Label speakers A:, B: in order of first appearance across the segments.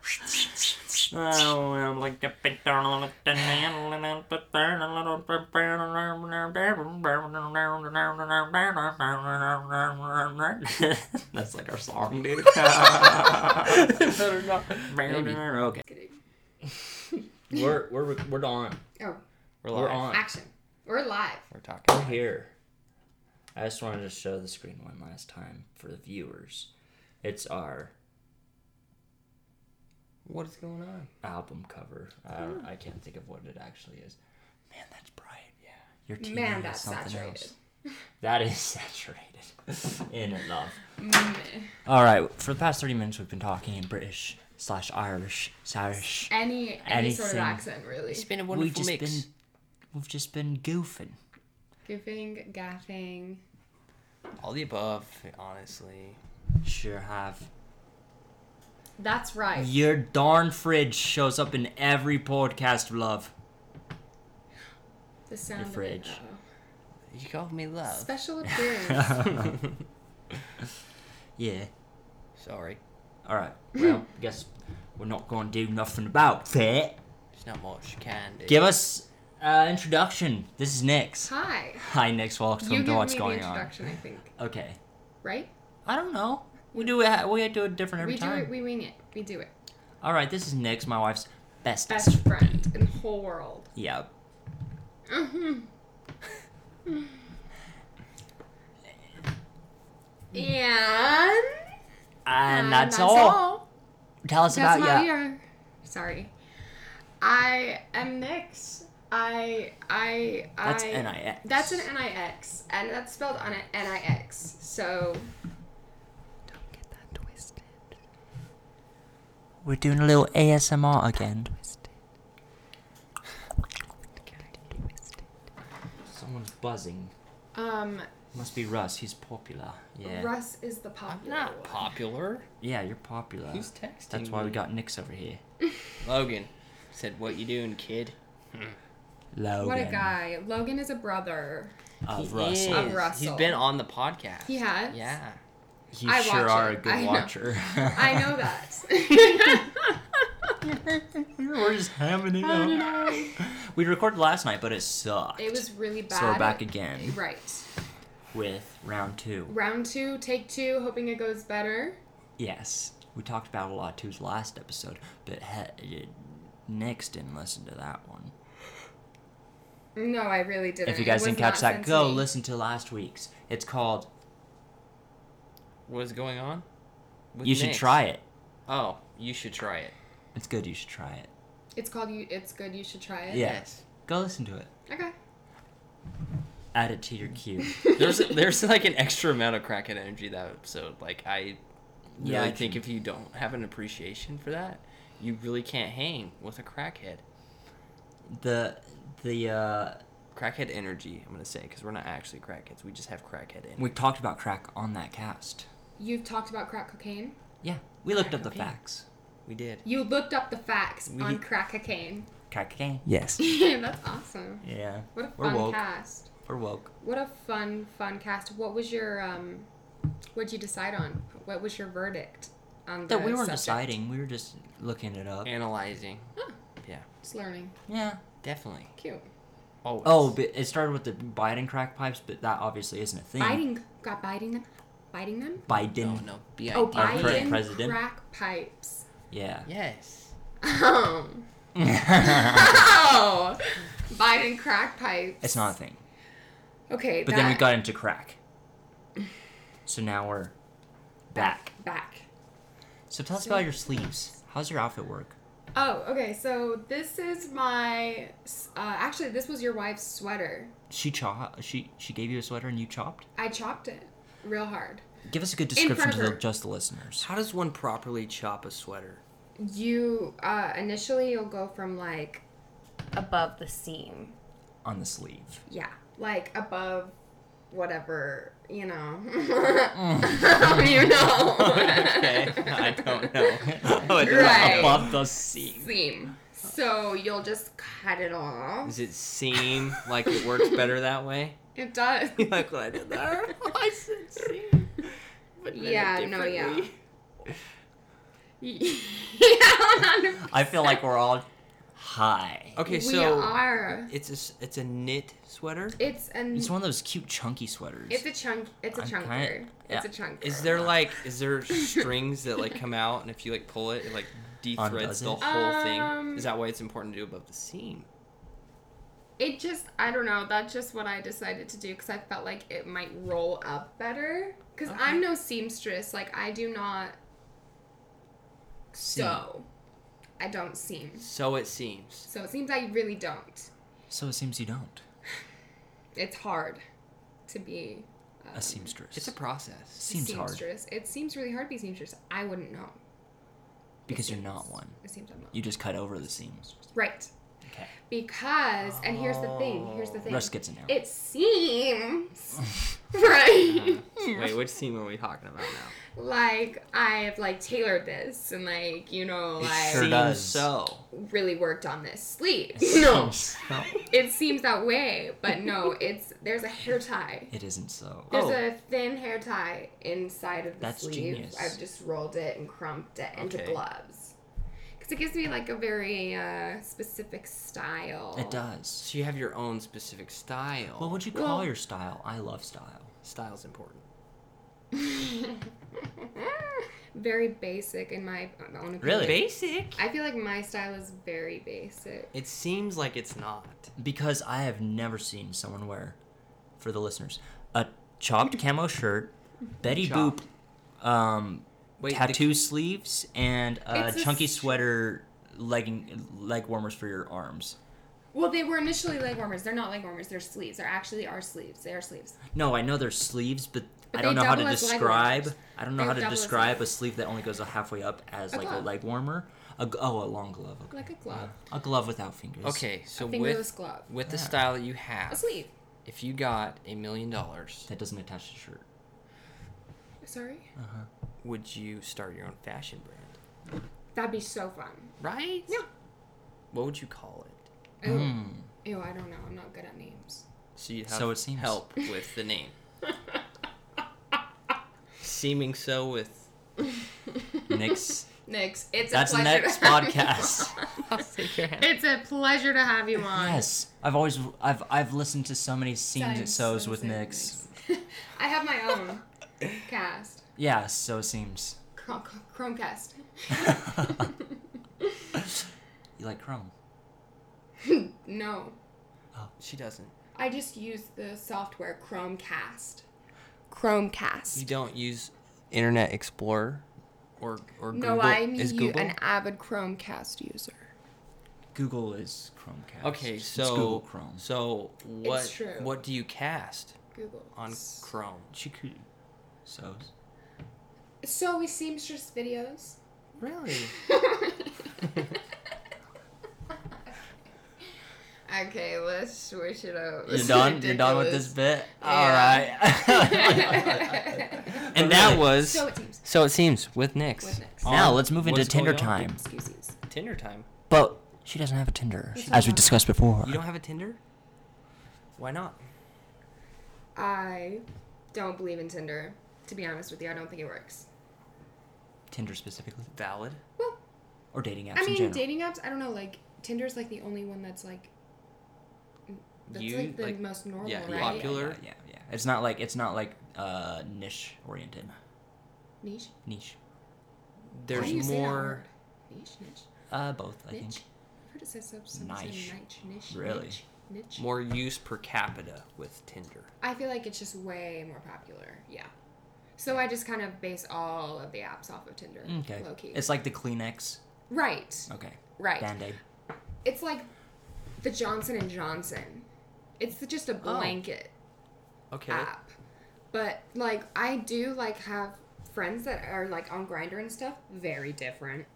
A: That's like our song, dude.
B: Better not. Maybe.
A: okay.
B: We're we're we're on.
C: Oh,
A: We're
B: We're
A: live.
B: on.
C: action. We're live.
A: We're
B: We're
A: talking.
B: here.
A: I just wanted to show the screen one last time for the viewers. It's our
B: What is going on?
A: album cover. I,
C: Hmm.
A: don't- I can't think of what it actually is. Man, that's bright. Yeah. Your TV
C: Man,
A: is
C: that's
A: something
C: saturated.
A: else. That is saturated. In and of.
C: Mm,
A: All right. For the past thirty minutes, we've been talking in British slash Irish, Irish.
C: Any any sort
A: Anything.
C: of accent really.
B: It's been a
A: We've
B: wonderful
A: just
B: mix.
A: been, we've just been goofing.
C: Goofing, gaffing.
B: All the above, honestly.
A: Sure have.
C: That's right.
A: Your darn fridge shows up in every podcast, love.
C: The sound. of it,
A: fridge. Oh.
C: though.
B: You call me love.
C: Special appearance.
A: Yeah.
B: Sorry,
A: All right. Well, guess we're not going to do nothing about that.
B: it's not much candy.
A: Give us uh, introduction. This is Nix.
C: Hi.
A: Hi, Nix Walks.
C: you
A: Don't
C: give
A: know what's
C: me
A: going
C: the
A: on.
C: introduction, I think.
A: Okay.
C: Right?
A: I don't know. We do it. We do it different every
C: we
A: time.
C: do it. We wing it. We do it.
A: All right. This is Nix, my wife's bestest.
C: Best friend in the whole world. Mm-hmm.
A: Yeah.
C: And,
A: And,
C: and
A: that's, all. Tell us
C: That's
A: about
C: my
A: you.
C: year. Sorry. I am Nix. I I I.
A: That's N-I-X.
C: That's an nix, and that's spelled on a nix. So don't get that twisted.
A: We're doing a little ASMR again. Someone's buzzing.
C: Um,
A: Must be Russ. He's popular. Yeah.
C: Russ is the
B: I'm
C: popular
B: not
C: one.
B: popular.
A: Yeah, you're popular.
B: Who's texting?
A: Uh, That's why we
B: me?
A: got Nix over here.
B: Logan. Said, "What you doing, kid?"
A: Logan.
C: What a guy! Logan is a brother.
A: Of
B: He
A: Uh, Russ.
B: is.
C: Of
B: He's
C: Russell.
B: been on the podcast.
C: He has?
B: Yeah.
A: You
C: I
A: sure
C: watch
A: are
C: it.
A: a good
C: I know.
A: watcher.
C: I know that.
A: We're just having it up. We recorded last night, but it sucked.
C: it was really bad.
A: So we're back again
C: Right.
A: with round two.
C: Round two, take two. Hoping it goes better.
A: Yes, we talked about a lot two's last episode, but he- Nix didn't listen to that one.
C: No, I really didn't.
A: If you
C: It
A: guys
C: was
A: didn't
C: not
A: catch that,
C: sent to
A: go
C: me.
A: listen to last week's. It's called
B: What's going on? With
A: You Should
B: Nyx.
A: Try It.
B: Oh, you should try it.
A: It's good, you should try it.
C: It's called you. It's good. You should try it.
A: Yeah. Go listen to it.
C: Okay.
A: Add it to your queue.
B: there's there's like an extra amount of crackhead energy that episode. Like I really
A: Yeah, I
B: think if you don't have an appreciation for that, you really can't hang with a crackhead.
A: the the uh
B: Crackhead energy, I'm gonna say, because we're not actually crackheads. We just have crackhead energy.
A: we talked about crack on that cast.
C: You've talked about crack cocaine.
A: Yeah, we looked up the
B: okay.
A: facts.
B: We did.
C: You looked up the facts
B: We-
C: on crack cocaine.
A: Crack cocaine. Yes.
C: That's awesome.
A: Yeah.
C: What a
A: We're
C: fun
A: woke.
C: cast.
A: We're woke.
C: What a fun, fun cast. What was your um? What'd you decide on? What was your verdict on the
A: That we weren't
C: subject?
A: deciding. We were just looking it up.
B: Analyzing.
C: Just learning.
A: Yeah.
B: Definitely.
C: Cute.
B: Always.
A: Oh, but it started with the biting crack pipes, but that obviously isn't a thing.
C: Biting. Got biting them. Biting them.
B: no,
A: Biden.
B: no. B I
C: Oh,
B: D.
A: current
C: biting
A: president?
C: crack pipes.
A: Yeah.
B: Yes.
C: Um. oh, Biden crack pipes.
A: it's not a thing.
C: Okay,
A: But
C: that,
A: then we got into crack. So now we're back.
C: back.
A: So tell us
C: So-
A: about your sleeves. How's your outfit work?
C: Oh, okay. So this is my. s- Uh, actually, this was your wife's sweater.
A: She cho- she she gave you a sweater and you chopped.
C: I chopped it real hard.
A: Give us a good
C: front
A: description
C: of
A: to the,
C: her.
A: just the listeners.
B: How does one properly chop a sweater?
C: You uh, initially you'll go from like above the seam.
A: On the sleeve.
C: Yeah, like above whatever you know.
A: Mm.
C: you know.
B: okay. I don't know.
C: Right.
A: Above the seam.
C: Seam. So you'll just cut it off.
B: Does it seem like it works better that way?
C: It does.
B: like what I did there? I said seem. But
C: Yeah, no, yeah.
B: differently.
C: yeah, 100%.
A: I feel like we're all high.
B: Okay,
C: we
B: so
C: are.
B: it's a s- it's a knit sweater.
C: It's an.
A: It's one of those cute chunky sweaters.
C: It's a chunk. It's a
A: I'm
C: chunker.
A: kinda-
C: It's a
A: yeah.
C: chunker.
B: Is there like is there strings that like come out and if you like pull it it like
A: Undoes
B: de-threads the
A: it?
B: whole thing?
C: Um,
B: Is that why it's important to do above the seam?
C: It just, I don't know. That's just what I decided to do because I felt like it might roll up better. Because
B: Okay.
C: I'm no seamstress. Like, I do not sew. I don't seam.
B: So it seems.
C: So it seems I really don't.
A: so it seems you don't.
C: It's hard to be um,
A: A seamstress.
B: It's a process.
A: seems hard
C: seamstress. It seems really hard to be seamstress. I wouldn't know.
A: because you're not one.
C: It seems I'm not.
A: You just cut over the seams.
C: Right.
A: Okay.
C: Because, and here's the thing. Here's the
B: Oh.
C: thing.
A: Russ gets it now.
C: It seems right.
B: Wait, which seam are we talking about now?
C: Like I've like tailored this and like you know like
A: It sure
B: seems
A: does.
B: so.
C: really worked on this sleeve. No,
A: Seems-
C: it seems that way, but no, it's there's a hair tie.
A: It isn't so.
C: There's
B: Oh.
C: a thin hair tie inside of the
A: That's
C: sleeve.
A: genius.
C: I've just rolled it and crumped it into
B: Okay.
C: gloves. Because it gives me like a very uh, specific style.
A: It does.
B: So you have your own specific style.
A: What would you call
C: Well-
A: your style? I love style.
B: style's important?
C: very basic in my own opinion.
A: Really?
B: Basic.
C: I feel like my style is very basic.
B: It seems like it's not.
A: Because I have never seen someone wear, for the listeners, a chopped camo shirt, Betty
B: Chopped.
A: Boop um,
B: Wait, the-
A: tattoo sleeves, and a
C: It's a
A: chunky
C: s-
A: sweater legging leg warmers for your arms.
C: Well, they were initially leg warmers. They're not leg warmers. They're sleeves. They're actually are sleeves. They are sleeves.
A: No, I know they're sleeves, but,
C: But
A: I don't
C: they
A: know how to
C: double as leg
A: describe.
C: warmers.
A: I don't know
C: They
A: how to
C: double as leg
A: describe a
C: warmers.
A: sleeve that only goes halfway up as
C: A
A: like
C: glove.
A: a leg warmer. A, g- oh, a long glove. Okay.
C: Like a glove.
A: A glove without fingers.
B: Okay, so
C: a fingerless
B: with
C: glove.
B: with the
A: Yeah.
B: style that you have,
C: A sleeve.
B: if you got a million dollars,
A: That doesn't attach to the shirt.
C: Sorry.
A: Uh.
B: would you start your own fashion brand?
C: That'd be so fun.
B: Right?
C: Yeah.
B: What would you call it?
C: Ew.
A: Mm.
C: Ew, I don't know. I'm not good at names.
B: So you have
A: So it seems.
B: help with the name. Seeming so with
A: Next,
C: Nix, it's
A: that's
C: a pleasure.
A: next
C: to have you
A: podcast.
B: I'll take your hand.
C: on. It's a pleasure to have you on.
A: Yes, I've always I've I've listened to so many scenes
C: Same,
A: and so's
C: same,
A: with
C: same,
A: Nyx.
C: Nyx. I have my own cast.
A: Yeah, so seems.
C: Chrome- Chromecast.
A: You like Chrome?
C: no.
B: She doesn't.
C: I just use the software Chromecast. Chromecast.
B: You don't use Internet Explorer or or
C: No,
B: Google.
C: I'm
B: Is
C: you-
B: Google?
C: an avid Chromecast user.
A: Google is Chromecast.
B: okay,
A: It's
B: so
A: Google Chrome.
B: So what
C: true.
B: what do you cast
C: Google.
B: on Chrome?
A: Chiku. So's.
C: So we seamstress videos.
B: Really?
C: okay, let's switch it over.
A: You're done. You're done with this bit. All
C: Yeah.
A: right.
B: and that was
C: so it seems.
B: So it seems with Nyx.
C: With Nyx.
A: now
B: On
A: let's move into
B: What's
A: Tinder
B: Going On?
A: time.
C: Excuses.
B: Tinder time.
A: But she doesn't have a Tinder,
C: Yes,
A: as we
C: I do.
A: discussed before.
B: You don't have a Tinder? Why not?
C: I don't believe in Tinder. To be honest with you, I don't think it works.
A: Tinder specifically,
B: Valid.
C: Well,
A: or dating apps
C: I
A: in
C: mean,
A: general.
C: dating apps. I don't know. Like Tinder's like the only one that's like that's
B: You,
C: like the
B: like-
C: most normal,
B: yeah,
C: right?
B: popular.
A: Yeah, yeah, yeah. It's not like it's not like uh, niche oriented.
C: Niche.
A: Niche.
C: How
B: There's
C: do you say that
B: more.
C: word? niche, niche,
A: Uh, both, I
C: niche.
A: think.
C: I've heard it said so- some
A: Niche.
C: niche, niche,
A: Really?
C: niche, niche.
B: More use per capita with Tinder.
C: I feel like it's just way more popular. Yeah. So I just kind of base all of the apps off of Tinder.
A: Mm, Okay.
C: Low key.
A: It's like the Kleenex.
C: right.
A: Okay.
C: Right.
A: Band aid.
C: It's like the Johnson and Johnson. It's just
A: Oh.
C: a blanket
B: Okay.
C: app. But like I do like have friends that are like on Grinder and stuff. Very different.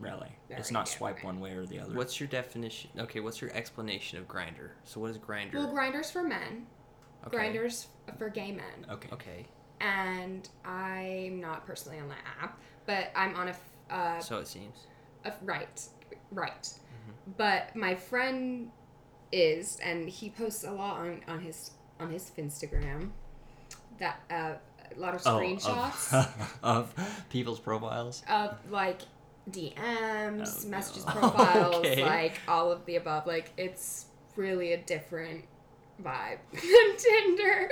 A: Really. It's
C: Very
A: not swipe
C: different.
A: one way or the other.
B: What's your definition? Okay, what's your explanation of grinder? So what is grinder?
C: Well, Grinder's for men.
B: okay.
C: Grinder's for gay men.
A: Okay.
B: Okay.
C: And I'm not personally on that app, but I'm on a f- uh,
B: So it seems.
C: Uh, right, right. But my friend is, and he posts a lot on, on his on his Instagram. That uh, a lot of
A: Oh,
C: screenshots
A: Of, of people's profiles.
C: of, like DMs,
A: Oh,
C: messages,
A: no.
C: profiles,
A: Okay.
C: like all of the above. Like it's really a different vibe than Tinder.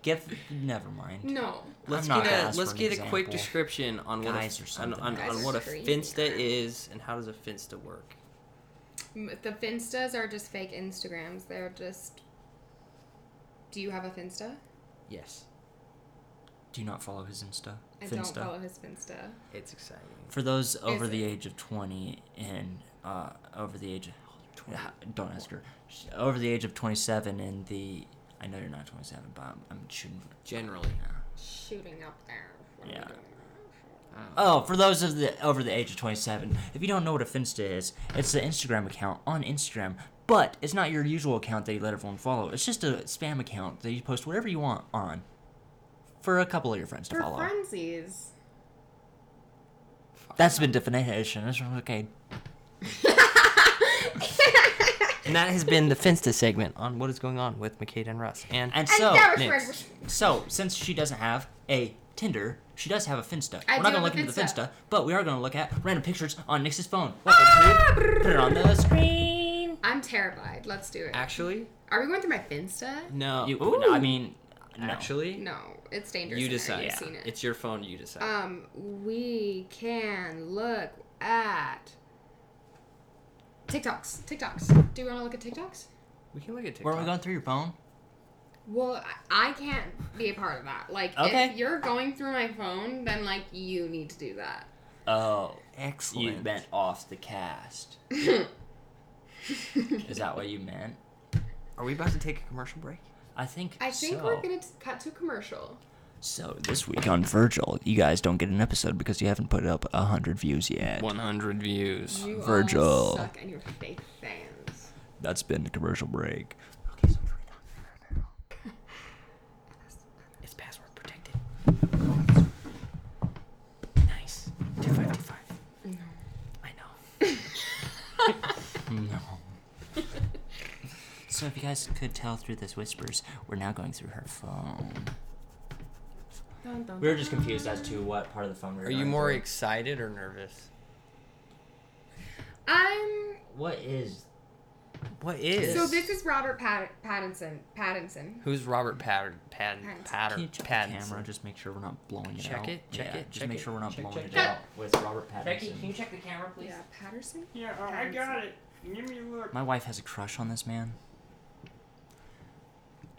A: Give. Never mind.
C: No.
B: Let's
A: I'm not
B: get
A: gonna
B: a
A: ask
B: let's
A: for an
B: get a quick
A: example.
B: description on what a,
A: Guys or
B: f- on,
A: something.
B: on,
C: Guys
B: on
C: are
B: what a
C: crazy.
B: finsta is and how does a finsta work.
C: M- The Finstas are just fake Instagrams. They're just. Do you have a Finsta?
B: Yes,
A: Do you not follow his Insta?
C: I don't follow his Finsta.
B: it's exciting.
A: For those over
C: Is
A: the
C: it?
A: age of 20 and uh, over the age of. Don't ask her. Sh- Over the age of 27 and the. I know you're not 27, but I'm, I'm shooting. for-
B: Generally.
C: Shooting up there. What are we
A: Yeah.
C: doing?
B: Uh,
A: Oh, for those of the over the age of 27, if you don't know what a Finsta is, it's an Instagram account on Instagram, but it's not your usual account that you let everyone follow. It's just a spam account that you post whatever you want on for a couple of your friends to
C: For
A: follow.
C: frenzies.
A: That's been definition. That's okay.
B: And that has been the finsta segment on what is going on with McCade and Russ. And
A: And
C: And
A: so,
C: that was
B: next.
C: French.
A: so since she doesn't have a Tinder, she does have a Finsta.
C: I
A: We're not gonna
C: do have
A: look
C: a
A: into the
C: Finsta.
A: Finsta, but we are gonna look at random pictures on Nix's phone.
C: Ah,
A: Put it on the screen.
C: I'm terrified. Let's do it.
B: actually,
C: Are we going through my Finsta?
B: no.
A: You,
B: Ooh.
A: I mean, no.
B: actually,
C: No, it's dangerous.
B: you
C: in there.
B: decide.
C: You've seen it.
B: It's your phone. You decide.
C: Um, we can look at TikToks. TikToks. Do we want to look at TikToks?
B: we can look at TikTok.
A: where are we going through your phone?
C: Well, I- I can't be a part of that. Like,
A: Okay.
C: if you're going through my phone, then like you need to do that.
A: Oh,
B: Excellent.
A: You meant off the cast. Is that what you meant?
B: Are we about to take a commercial break?
A: I think.
C: I think
A: so.
C: we're gonna t- cut to a commercial.
A: So this week on Virgil, you guys don't get an episode because you haven't put up a hundred views yet.
B: 100 views.
C: You all
A: Virgil.
C: suck and you're fake fans.
A: That's been the commercial break.
B: It's password protected. Nice. 2525. I know.
A: No. so if you guys could tell through this whispers, we're now going through her phone.
C: Dun, dun,
A: We were just confused as to what part of the phone we were
B: Are you
A: going
B: more
A: through.
B: excited or nervous?
C: I'm
A: what is?
B: What is?
C: So this is Robert Pat- Pattinson. Pattinson.
B: Who's Robert Pattern? Pattern.
C: Pattinson.
A: Can you
B: Pattern.
A: check the camera?
B: Pattinson.
A: Just make sure we're not blowing it
B: Check
A: out.
B: it, check
A: yeah,
B: it,
A: Just
B: check
A: make
B: it.
A: sure we're not
B: Check,
A: blowing
B: check,
A: it
B: check.
A: out with Robert Pattinson.
B: check the camera,
C: Yeah, Patterson.
D: Yeah, uh, I got it. Give me a look.
A: My wife has a crush on this man.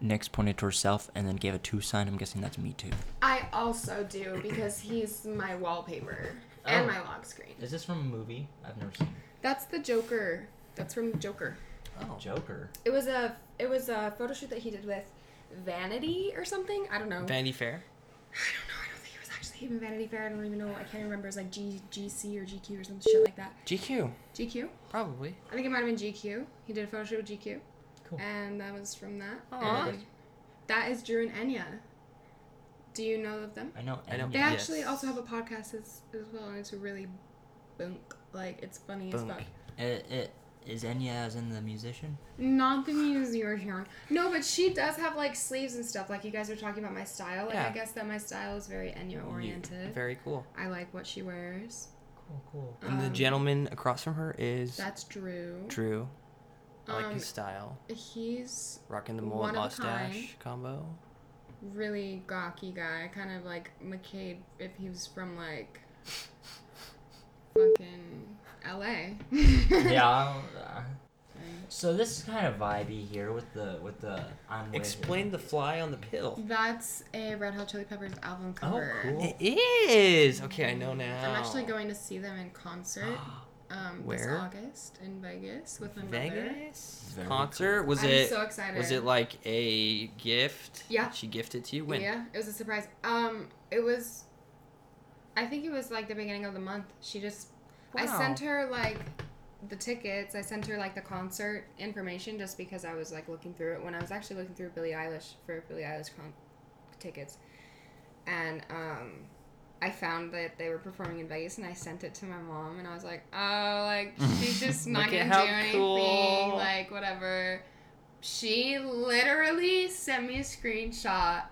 A: Nyx pointed to herself and then gave a two sign. I'm guessing that's me too.
C: I also do because he's my wallpaper
A: Oh.
C: and my lock screen.
A: Is this from a movie? I've never seen
C: That's the Joker. That's from Joker.
A: Oh. Joker.
C: It was a it was a photo shoot that he did with Vanity or something. I don't know.
B: Vanity Fair.
C: I don't know. I don't think it was actually even Vanity Fair. I don't even know. I can't remember. It was like G GC or GQ or some shit like that.
B: GQ.
C: GQ.
B: Probably.
C: I think it might have been GQ. He did a photo shoot with GQ.
A: Cool.
C: And that was from that.
B: Aw.
C: And that is Drew and Enya. Do you know of them?
A: I know.
B: I know.
A: Enya.
C: They
B: Yeah.
C: actually
B: Yes.
C: also have a podcast as, as well, and it's really bunk. Like, it's funny as
B: Bunk.
C: fuck.
A: It, it, is Enya as in the musician?
C: Not the musician. No, but she does have, like, sleeves and stuff. Like, you guys are talking about my style. Like, I
B: Yeah.
C: guess that my style is very Enya oriented.
B: Very cool.
C: I like what she wears.
A: Cool, cool.
B: And the
C: Um,
B: gentleman across from her is
C: That's Drew.
B: Drew. I like
C: Um,
B: his style.
C: He's
B: Rocking the
C: one
B: mullet
C: of a
B: mustache combo.
C: really gawky guy, kind of like McCade if he was from, like, fucking LA.
A: yeah. I don't- uh, So this is kind of vibey here with the with the. I'm with it.
B: Explain the fly on the pill.
C: That's a Red Hot Chili Peppers album
A: Oh,
C: cover.
A: cool.
B: It is. Okay, I know now.
C: I'm actually going to see them in concert um,
B: Where?
C: this August in Vegas with my mother.
B: Vegas
A: Very
B: concert. Was
C: I'm
B: it?
C: so excited.
B: was it like a gift?
C: Yeah.
B: She gifted to you. When?
C: Yeah, it was a surprise. Um, it was. I think it was like the beginning of the month. She just. I
B: Wow.
C: sent her like the tickets. I sent her like the concert information just because I was like looking through it when I was actually looking through Billie Eilish for Billie Eilish con- tickets, and um. I found that they were performing in Vegas, and I sent it to my mom, and I was like, "Oh, like she's just not
B: Look at
C: gonna
B: how
C: do anything,
B: cool.
C: like whatever." She literally sent me a screenshot,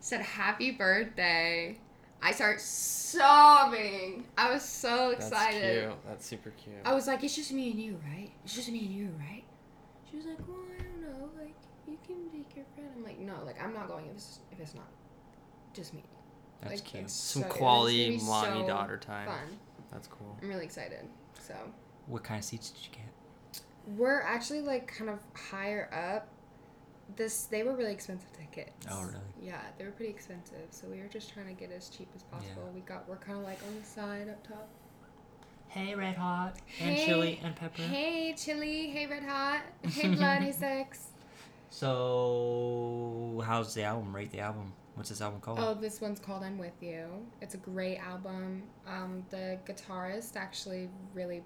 C: said, "Happy birthday." I start sobbing. I was so excited.
B: That's cute. That's super cute.
C: I was like, it's just me and you, right? It's just me and you, right? She was like, well, I don't know. Like, you can take your friend. I'm like, no, like, I'm not going if it's, if it's not just me.
A: That's
C: like,
A: cute.
C: it's
B: Some
C: so- it's
B: quality
C: gonna be
B: mommy
C: so
B: daughter time.
C: Fun.
B: That's cool.
C: I'm really excited. So
A: What kind of seats did you get?
C: we're actually like kind of higher up. This they were really expensive tickets.
A: Oh, really?
C: Yeah, they were pretty expensive. So we were just trying to get as cheap as possible.
A: Yeah.
C: We got we're kind of like on the side up top.
A: Hey, Red Hot and
C: Hey.
A: Chili and Pepper.
C: Hey, chili. Hey, red hot. Hey, blood. hey, sex.
A: So, how's the album? Rate the album. What's this album called?
C: Oh, this one's called "I'm With You." It's a great album. Um, the guitarist actually really,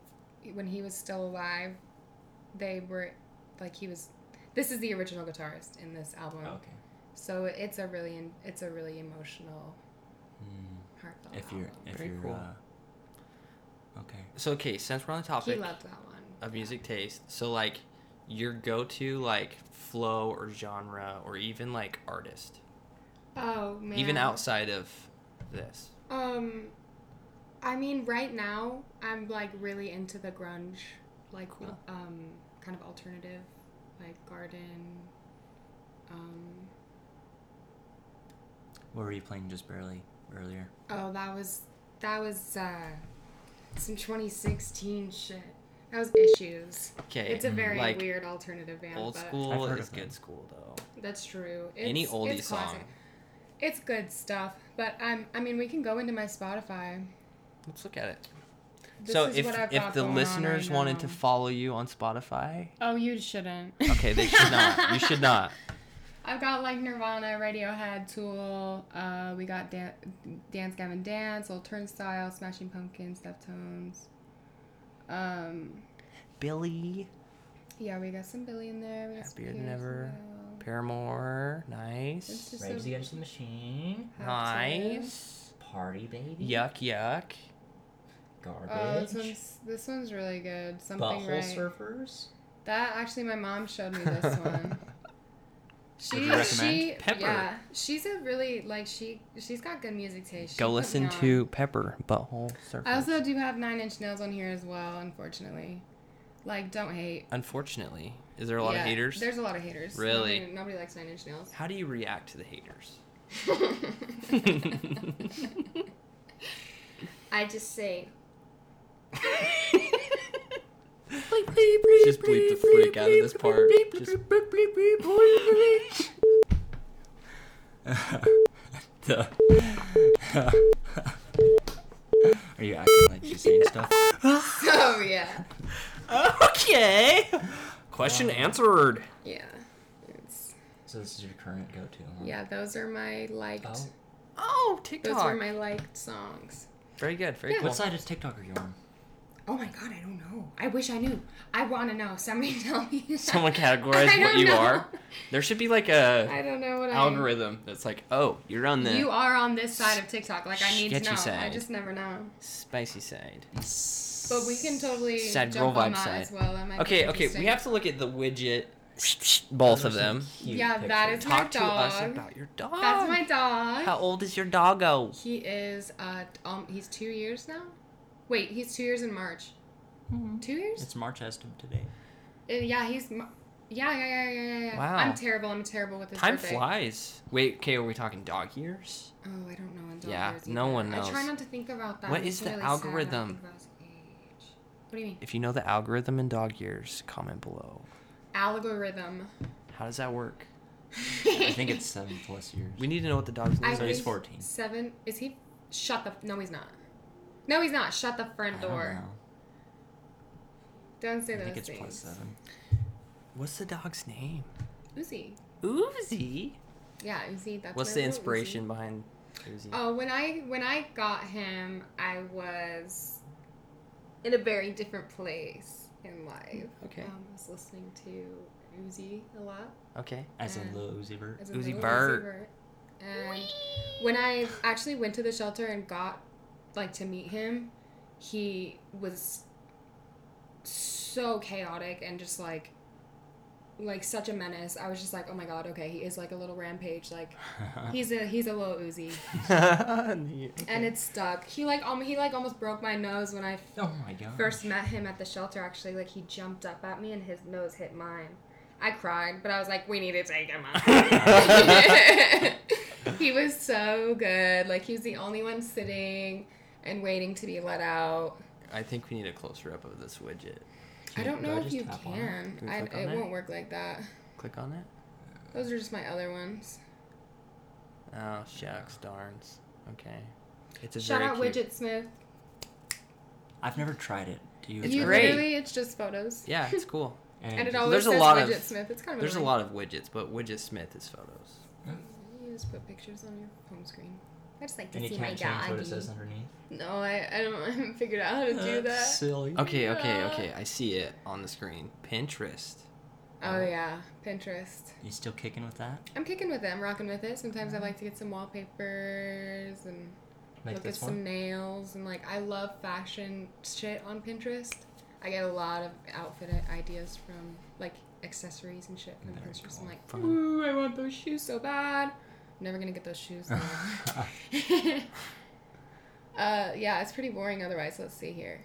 C: when he was still alive, they were like he was. This is the original guitarist in this album.
A: okay.
C: So it's a really it's a really emotional
A: Hmm.
C: heartfelt.
A: If you're,
C: album.
A: if
B: Very
A: you're,
B: cool.
A: uh, okay.
B: So okay, since we're on the topic
C: he loved that one.
B: of music taste, so like your go-to like flow or genre or even like artist,
C: Oh man.
B: even outside of this.
C: Um, I mean, right now I'm like really into the grunge, like
B: Cool.
C: um, kind of alternative, like garden. Um,
A: What were you playing just barely earlier?
C: oh, that was that was uh, some 2016 shit. That was issues.
B: Okay,
C: It's a very
B: Eh, mm, like
C: weird alternative band.
B: old
C: but
A: I've
B: school
A: heard
B: is
A: of them.
B: good school though.
C: That's true. It's,
B: Any oldie
C: it's classic.
B: song.
C: It's good stuff, but I'm. I mean, we can go into my Spotify.
B: Let's look at it.
C: This
B: so
C: is
B: if
C: what I've
B: if
C: got
B: the
C: going on
B: listeners
C: right
B: wanted to
C: now.
B: follow you on Spotify,
C: Oh, you shouldn't.
B: okay, they should not. You should not.
C: I've got like Nirvana, Radiohead, Tool. Uh, we got Dan- Dance Gavin Dance, Old Turnstile, Smashing Pumpkins, Deftones. Um,
B: Billy,
C: yeah, we got some Billy in there. We got some
B: Happier than
C: Pierce in
B: ever.
C: there.
B: Paramore, nice.
C: It's just
A: Rage
C: a
A: Against the Machine.
C: Happier.
B: Nice.
A: Party Baby.
B: Yuck, yuck.
A: Garbage.
C: Oh, this one's, this one's really good. Something
A: Butthole
C: right.
A: Surfers.
C: That actually, my mom showed me this one.
B: Would
C: She,
B: you recommend?
C: she,
B: Pepper.
C: yeah, she's a really like she she's got good music taste. She
B: Go
C: put me
B: listen
C: on.
B: to Pepper Butthole Surfers.
C: I also do have Nine Inch Nails on here as well, unfortunately. Like, don't hate.
B: Unfortunately, is there a lot
C: Yeah,
B: of haters?
C: There's a lot of haters.
B: Really?
C: Nobody, nobody likes Nine Inch Nails.
B: How do you react to the haters?
C: I just say.
B: Just bleep the freak out of this part. Just-
A: Duh. Are you acting like she's saying stuff?
C: oh yeah,
B: Okay. Question answered.
C: yeah. It's,
A: So this is your current go-to, huh?
C: yeah, those are my liked.
A: Oh.
B: Oh,
C: Those
B: TikTok.
C: were my liked songs.
B: Very good. Very
C: Yeah.
B: cool.
A: What side is TikTok are you on?
C: Oh my god, I don't know. I wish I knew. I want to know. Somebody tell me.
B: Someone
C: I
B: categorize what
C: don't
B: you
C: know.
B: are. There should be like a
C: I don't know what
B: algorithm that's like, oh, you're on the
C: I. You are on this side of TikTok. Like I need to
B: Sketchy
C: know. I
B: side.
C: just never know.
B: spicy side.
C: But we can totally
B: Sad
C: jump
B: girl
C: on
B: vibe
C: that
B: side.
C: as well. That might be
B: Okay, okay,
C: interesting.
B: we have to look at the widget. Both of them.
C: Yeah, that is-
B: Talk to
C: My
B: us
C: dog.
B: about your dog.
C: That's my dog.
B: How old is your doggo?
C: He is uh um he's two years now. Wait, he's two years in March.
B: Mm-hmm.
C: Two years?
A: It's March as of today.
C: Uh, yeah, he's. mu- Yeah, yeah, yeah, yeah, yeah, yeah.
B: Wow.
C: I'm terrible. I'm terrible with this
B: Time
C: birthday.
B: flies. Wait, okay, are we talking dog years?
C: Oh, I don't know. when dog
B: Yeah,
C: years
B: no
C: either.
B: one
C: I try
B: knows.
C: not to think about that.
B: What
C: It's
B: is the
C: really sad when I think
B: algorithm?
C: about his age. What do you mean?
B: If you know the algorithm in dog years, comment below.
C: Algorithm.
B: How does that work?
A: I think it's seven plus years.
B: We need to know what the dog's
C: I
B: name
A: So he's
B: is.
C: think
A: 14.
C: Seven. Is he? Shut the. No, he's not. No, he's not. Shut the
A: I
C: front
A: don't
C: door.
A: know.
C: Don't, say
A: I
C: those
A: think it's
C: things.
A: plus seven.
B: What's the dog's name?
C: Uzi.
B: Uzi.
C: Yeah, Uzi. That's
B: What's
C: my
B: the
C: little Uzi.
B: inspiration behind Uzi?
C: Oh, when I when I got him, I was in a very different place in life.
B: Okay.
C: Um, I was listening to Uzi a lot.
B: Okay.
A: As in
C: Um,
A: Lil Uzi Vert.
C: As a
B: Uzi
C: little
B: Vert.
C: Uzi Vert. And when I actually went to the shelter and got like to meet him, he was so chaotic and just like like such a menace. I was just like, oh my god, okay, he is like a little rampage. Like he's a he's a little Uzi, and it's stuck. He like um, he like almost broke my nose when I
A: Oh my god.
C: first met him at the shelter. Actually, like he jumped up at me and his nose hit mine. I cried, but I was like, we need to take him out. he was so good. Like he was the only one sitting and waiting to be let out.
B: I think we need a closer up of this widget.
C: I don't
A: Do I
C: know if
A: just
C: you
A: tap on it?
C: can.
B: Can we
C: I,
B: click on
C: it
B: it?
C: won't work like that.
B: Click on it.
C: Those are just my other ones.
B: Oh shucks, darns. Okay. It's a
C: Shout
B: very
C: out
B: cute-
C: Widget Smith.
A: I've never tried it. Do you?
B: It's
C: you
B: great.
C: literally, it's just photos.
B: Yeah, it's cool.
C: And it
A: just-
C: always
B: There's a
C: says
B: lot of-
C: Widget Smith. It's kind of
B: There's a
C: annoying.
B: lot of widgets, but Widget Smith is photos.
C: You just put pictures on your home screen. I just like to
A: and you
C: see my
A: can't change what it
C: doggy.
A: says underneath.
C: No, I, I don't I haven't figured out how to do that.
A: Silly.
B: Okay, okay,
C: Yeah.
B: okay. I see it on the screen. Pinterest.
C: Oh yeah, Pinterest.
A: You still kicking with that?
C: I'm kicking with it. I'm rocking with it. Sometimes I like to get some wallpapers and
A: Like
C: look at
A: this
C: some
A: one?
C: nails and like I love fashion shit on Pinterest. I get a lot of outfit i- ideas from like accessories and shit from
A: Very
C: Pinterest.
A: cool.
C: I'm like,
A: Fun.
C: ooh, I want those shoes so bad. I'm never gonna get those shoes. though. uh, yeah, it's pretty boring otherwise. Let's see here.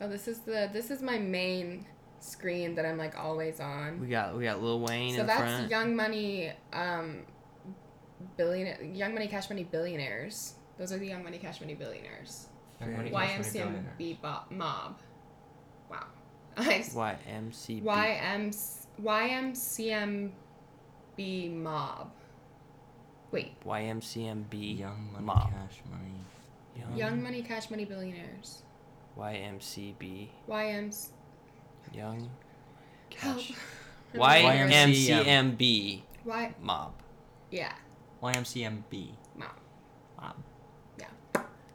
C: Oh, this is the this is my main screen that I'm like always on.
B: We got we got Lil Wayne
C: So
B: in
C: that's
B: front.
C: Young Money, um, billionaire, Young Money, Cash Money billionaires. Those are the Young Money, Cash Money billionaires.
A: Everybody gets money
C: YMCA
A: billionaire.
C: Bebop Mob. Wow. I-
B: YMCB.
C: YMC YMCMB Mob. Wait,
B: YMCMB.
A: Young money,
B: Mob.
A: cash money. Oh.
B: Young.
C: Young Money, Cash Money billionaires.
B: YMCB.
C: YMC.
B: Young.
C: Help.
B: Cash.
C: I'm
A: YMCM.
C: sorry.
B: YMCMB.
C: Y.
B: Mob.
C: Yeah.
A: YMCMB.
C: Mob.
A: Wow.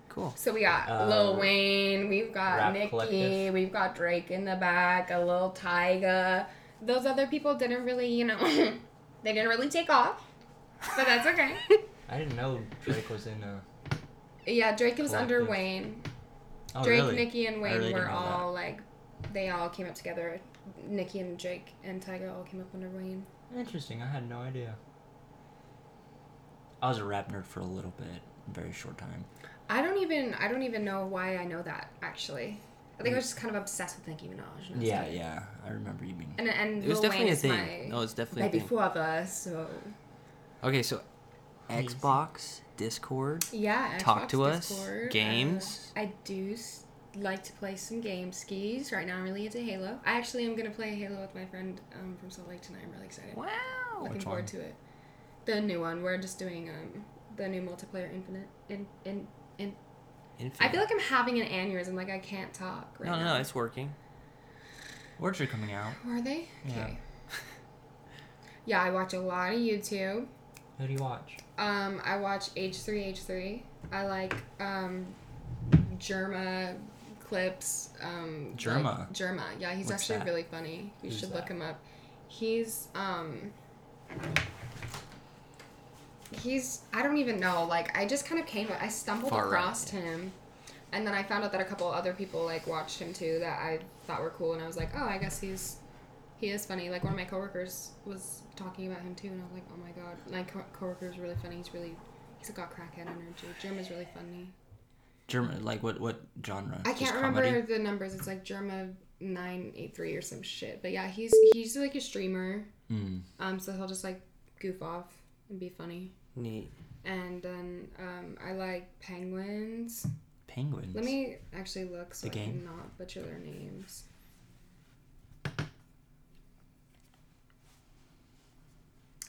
B: Cool.
C: So we got
A: Uh,
C: Lil Wayne, we've got
A: Rap
C: Nicki,
A: Collective.
C: we've got Drake in the back, a little Tyga. Those other people didn't really, you know, they didn't really take off, but that's okay.
A: I didn't know Drake was in a.
C: yeah, Drake is under
A: Collective.
C: Wayne.
A: Oh
C: Drake,
A: really?
C: Nicki, and Wayne
A: really
C: were
A: didn't know that.
C: all like, they all came up together. Nicki and Drake and Tyga all came up under Wayne.
A: Interesting. I had no idea. I was a rap nerd for a little bit, a very short time.
C: I don't even, I don't even know why I know that actually. I think I was just kind of obsessed with Nicki Minaj. and I was
A: Mm. Yeah,
C: like-
A: yeah. I remember you being.
C: And and
B: It was
C: Lil
B: definitely
C: Wayne
B: a
C: is
B: thing.
C: my
B: No, it's definitely a
C: like
B: thing.
C: before of us, so
B: Okay, so
A: Crazy.
B: Xbox, Discord.
C: Yeah.
B: Talk
C: Xbox,
B: to us,
C: Discord,
B: games.
C: uh, I do s- like to play some game skis. Right now, I'm really into Halo. I actually am gonna play Halo with my friend um, from Salt Lake tonight. I'm really excited.
B: Wow.
C: Looking
A: Which
C: forward
A: one?
C: to it. The new one. We're just doing um, the new multiplayer Infinite. In in. in.
B: Infinite.
C: I feel like I'm having an aneurysm. Like I can't talk right
B: no, no,
C: now.
B: no, it's working.
A: Words are coming out.
C: Were they?
A: Yeah.
C: Okay. yeah, I watch a lot of YouTube.
A: Who do you watch?
C: Um, I watch H3H3. I like um, Germa clips. Um, like-
A: Germa?
C: Germa. Yeah, he's
A: What's
C: actually
A: that?
C: really funny. You
A: Who's
C: should look
A: that?
C: him up. He's um. He's I don't even know. Like I just kind of came. I stumbled
B: Far right,
C: across him, and then I found out that a couple other people like watched him too that I thought were cool, and I was like, oh, I guess he's he is funny. Like one of my coworkers was talking about him too, and I was like, "Oh my god!" My co- coworker is really funny. He's really, he's got crackhead energy. Jim is really funny.
A: German, like what? What genre?
C: I
A: Just
C: can't remember
A: comedy?
C: the numbers. It's like Germa nine eight three or some shit. But yeah, he's he's like a streamer.
A: Mm.
C: Um, so he'll just like goof off and be funny.
B: Neat.
C: And then um, I like penguins.
A: Penguins.
C: Let me actually look so
A: The
C: I
A: game?
C: can not butcher their names.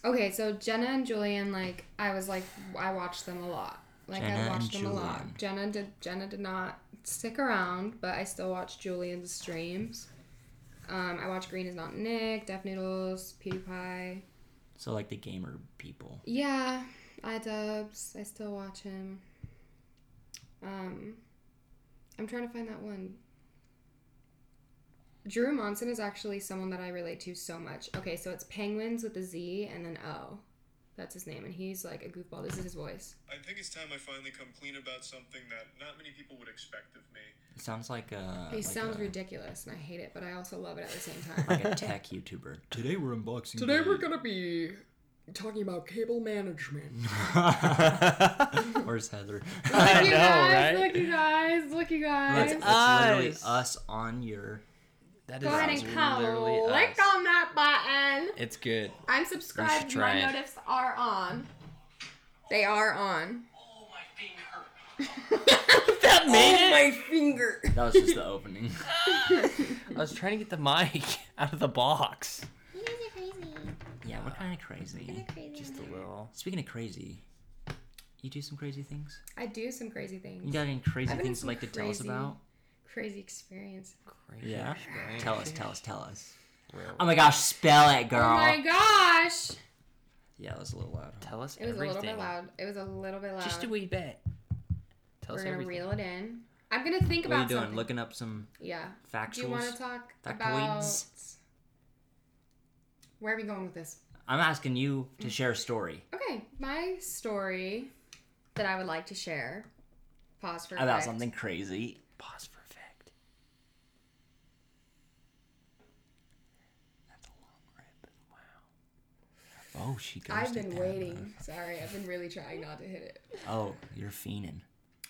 C: Okay, so Jenna and Julian, like I was like I watched them a lot. Like
A: Jenna
C: I
A: and
C: watched them a
A: Julian.
C: lot. Jenna did Jenna did not stick around, but I still watched Julian's streams. Um, I watched Green is Not Nick, Deaf Noodles, PewDiePie.
A: So like the gamer people.
C: Yeah, iDubbbz. I still watch him. Um, I'm trying to find that one. Drew Monson is actually someone that I relate to so much. Okay, so it's penguins with a Z and an O, That's his name, and he's like a goofball. This is his voice.
E: I think it's time I finally come clean about something that not many people would expect of me.
A: It sounds like a.
C: He
A: like
C: sounds
A: a,
C: ridiculous, and I hate it, but I also love it at the same time.
A: Like a tech YouTuber.
F: Today we're unboxing.
G: Today we're gonna be talking about cable management.
A: Where's Heather?
C: Look, you
B: know,
C: guys,
B: right?
C: Look, you guys. Look, you guys.
A: That's, that's literally
B: us.
A: us on your.
B: That
C: Go ahead
B: is
C: and click
B: literally us.
C: on that button.
B: It's good.
C: I'm subscribed.
B: try
C: My
B: it.
C: notifs are on. They are on.
B: That made
C: Oh My finger.
A: That was just the opening.
B: it. I was trying to get the mic out of the box.
H: You guys are crazy.
A: Yeah, we're kind of crazy.
H: You're crazy.
B: Just a little.
A: Speaking of crazy, you do some crazy things.
C: I do some crazy
A: You
C: things.
A: got any crazy
C: I've been in
A: things you'd
C: some
A: like to tell us
C: crazy-
A: about?
C: Crazy experience.
B: Crazy
A: Yeah?
B: experience.
A: Tell us, tell us, tell us.
B: Where-
A: Oh my gosh, spell it, girl.
C: Oh my gosh.
A: yeah, that was a little loud. huh?
B: Tell us
C: It was
B: everything.
C: a little bit loud. It was a little bit loud.
B: Just a wee bit. Tell
C: We're
B: us
C: gonna
B: everything.
C: reel it in. I'm gonna think
A: What are
C: about
A: you doing?
C: something.
A: Looking up some
C: yeah.
A: factuals?
C: Do you want to talk about
A: Factoids?
C: where are we going with this?
A: I'm asking you
C: Mm.
A: to share a story
C: Okay, my story that I would like to share. Pause for
A: about
C: effect.
A: something crazy.
B: Pause for effect.
A: That's a long rip. Wow. Oh, she goes.
C: I've been waiting. Sorry, I've been really trying not to hit it.
A: Oh, you're fiending.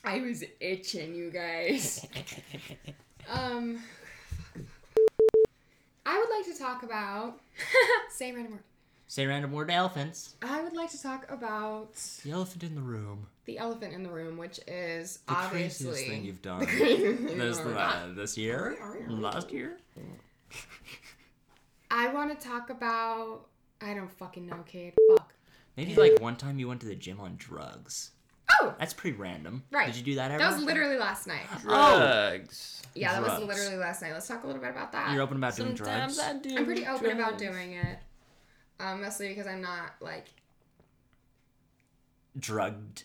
C: I was itching, you guys. um, I would like to talk about say random word.
A: Say random word to elephants.
C: I would like to talk about
A: The elephant in the room.
C: the elephant in the room, which is
A: The
C: obviously
A: craziest thing you've done. this, uh, this year? Last year?
C: I want to talk about. I don't fucking know, kid. Fuck.
A: Maybe like one time you went to the gym on drugs.
C: Oh,
A: That's pretty random.
C: Right.
A: Did you do that ever?
C: that was literally last night.
B: Drugs.
C: Yeah, that was
A: Drugs.
C: literally last night. Let's talk a little bit about that.
A: You're open about doing drugs.
B: do.
C: I'm pretty open about doing it, um, mostly because I'm not like
A: Drugged.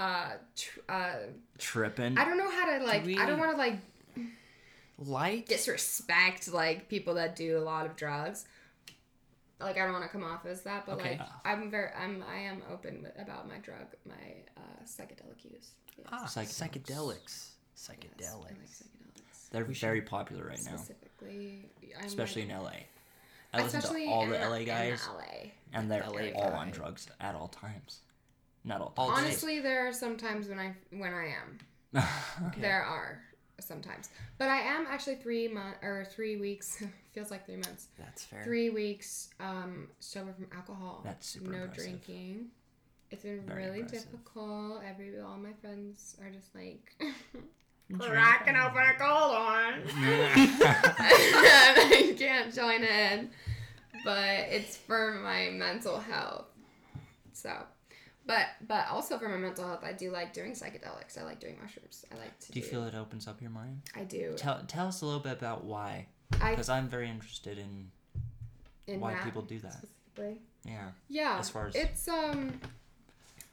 C: uh, tr- uh,
A: Tripping.
C: I don't know how to like. I
B: we-
C: don't want to like
B: Oh, Like
C: disrespect like people that do a lot of drugs. Like I don't want to come off as that, but
B: Okay.
C: like I'm very I'm I am open with, about my drug my uh, psychedelic use. Yes.
B: ah,
A: psychedelics.
B: psychedelics.
C: Yes, I
B: Psychedelics.
C: like psychedelics.
A: They're very popular right now,
C: Specifically, I'm like-
A: especially in LA. I listen
C: especially
A: to all
C: in
A: the LA
C: in
A: guys,
C: LA.
A: and they're
B: LA
A: all on
B: guy.
A: drugs at all times. Not all
B: All
A: times.
B: day.
C: Honestly, there are sometimes when I when I am there are sometimes, but I am actually three month or three weeks feels like three months.
B: That's fair.
C: Three weeks um sober from alcohol.
A: That's super
C: no
A: impressive.
C: drinking. It's been
A: Very
C: really
A: impressive.
C: difficult. Every all my friends are just like cracking open a cold one. I can't join in, but it's for my mental health. So, but but also for my mental health, I do like doing psychedelics. I like doing mushrooms. I like to.
A: Do you feel it opens up your mind?
C: I do.
A: Tell tell us a little bit about why,
C: I
A: because I'm very interested in
C: in
A: why
C: that
A: people do that.
C: specifically.
A: Yeah.
C: Yeah.
A: as far as-
C: it's um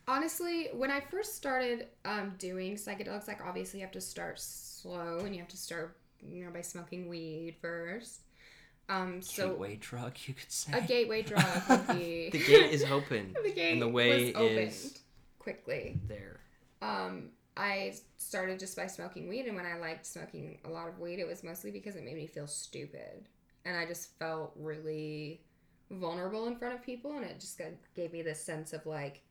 C: honestly when I first started um doing psychedelics, like obviously you have to start slow and you have to start you know by smoking weed first. Um so
A: Gateway drug, you could say.
C: a gateway drug would be
B: The gate is open.
C: the gate
B: and the way
C: was opened
B: is
C: quickly.
B: there.
C: Um I started just by smoking weed and when I liked smoking a lot of weed it was mostly because it made me feel stupid and I just felt really vulnerable in front of people and it just got, gave me this sense of like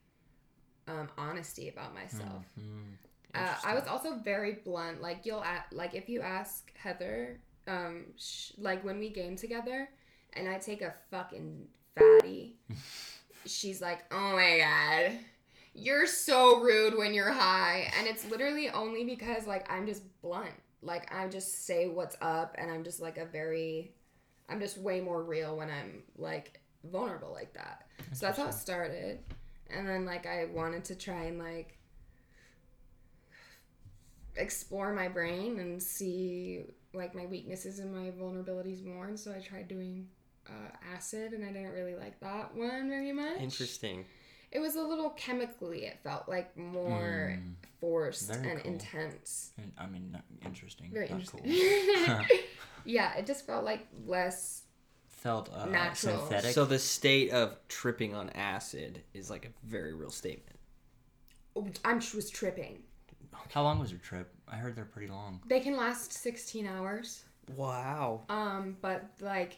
C: um, honesty about myself.
A: Mhm.
C: Uh, I was also very blunt. Like you'll a like if you ask Heather, um, sh- like when we game together, and I take a fucking fatty, she's like, "Oh my god, you're so rude when you're high," and it's literally only because like I'm just blunt. Like I just say what's up, and I'm just like a very, I'm just way more real when I'm like vulnerable like that. So that's how it started, and then like I wanted to try and like explore my brain and see like my weaknesses and my vulnerabilities more. And so I tried doing uh, acid, and I didn't really like that one very much.
B: Interesting.
C: It was a little chemically. It felt like more forced
A: Mm. Very
C: and
A: cool.
C: intense.
A: And- I mean, not interesting.
C: Very
A: not
C: interesting. yeah, it just felt like less
A: felt uh,
C: Natural.
A: synthetic.
B: So the state of tripping on acid is like a very real statement.
C: I was tripping.
A: How long was your trip? I heard they're pretty long.
C: They can last 16 hours.
B: Wow.
C: Um, but like,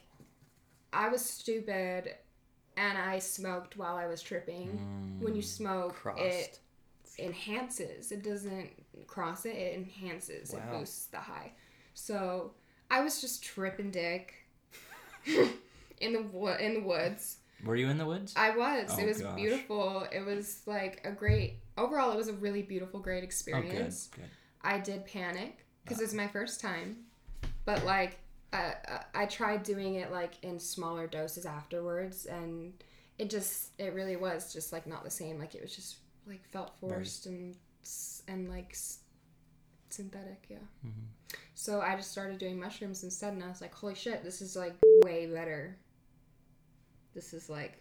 C: I was stupid, and I smoked while I was tripping. When you
A: Mm.
C: smoke, it
B: Crossed.
C: enhances. It doesn't cross it. It enhances. It
B: Wow.
C: boosts the high. So I was just tripping dick in the wo- in the woods.
A: Were you in the woods?
C: I was.
A: Oh,
C: it was
A: gosh.
C: beautiful. It was like a great. Overall, it was a really beautiful, great
A: oh, good,
C: experience.
A: good.
C: I did panic because it's my first time, but like uh, uh, I tried doing it like in smaller doses afterwards, and it just it really was just like not the same. Like it was just like felt forced and s- and like s- synthetic, yeah. So I just started doing mushrooms instead, and I was like, holy shit, this is like way better. This is like,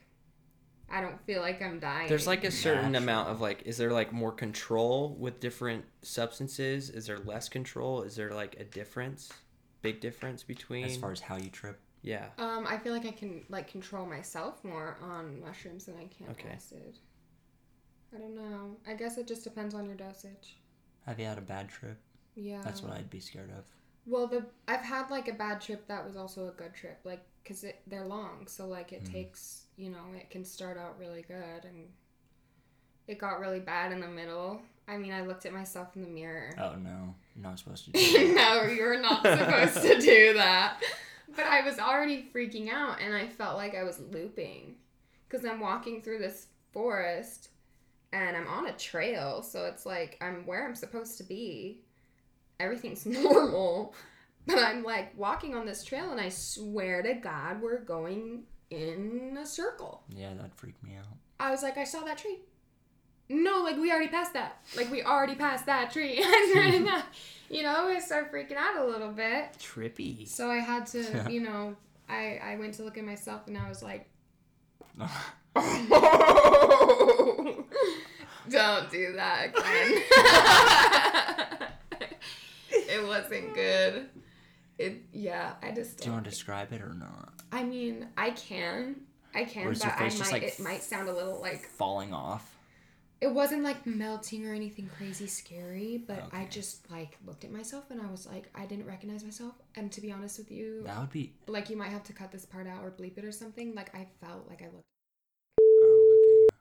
C: I don't feel like I'm dying.
B: There's like a certain
A: Natural.
B: amount of like, is there like more control with different substances? Is there less control? Is there like a difference? Big difference between.
A: As far as how you trip,
B: yeah.
C: Um, I feel like I can like control myself more on mushrooms than I can
B: Okay.
C: acid. I don't know. I guess it just depends on your dosage.
A: have you had a bad trip?
C: Yeah.
A: That's what I'd be scared of.
C: Well, the I've had like a bad trip that was also a good trip, like because they're long, so like
A: Mm.
C: it takes you know it can start out really good and it got really bad in the middle. I mean, I looked at myself in the mirror.
A: Oh no, you're not supposed to. do that.
C: no, you're not supposed to do that. But I was already freaking out and I felt like I was looping because I'm walking through this forest and I'm on a trail. So it's like I'm where I'm supposed to be. Everything's normal. But I'm like walking on this trail and I swear to God, we're going in a circle.
A: Yeah, that'd freak me out.
C: I was like, I saw that tree. No, like we already passed that. Like we already passed that tree. uh, you know, I started freaking out a little bit.
B: Trippy.
C: So I had to, you know, I I went to look at myself and I was like, don't do that again. it wasn't good. It yeah, I just
A: do you
C: don't-
A: want to describe it or not?
C: I mean, I can. I can,
A: Or
C: but
A: is your
C: I might
A: face just, like,
C: it might sound a little like
A: Falling off.
C: it wasn't like melting or anything crazy scary, but I
A: Okay.
C: just like looked at myself and I was like, I didn't recognize myself. And to be honest with you,
A: That would be.
C: like you might have to cut this part out or bleep it or something. Like I felt like I looked
A: Oh, okay.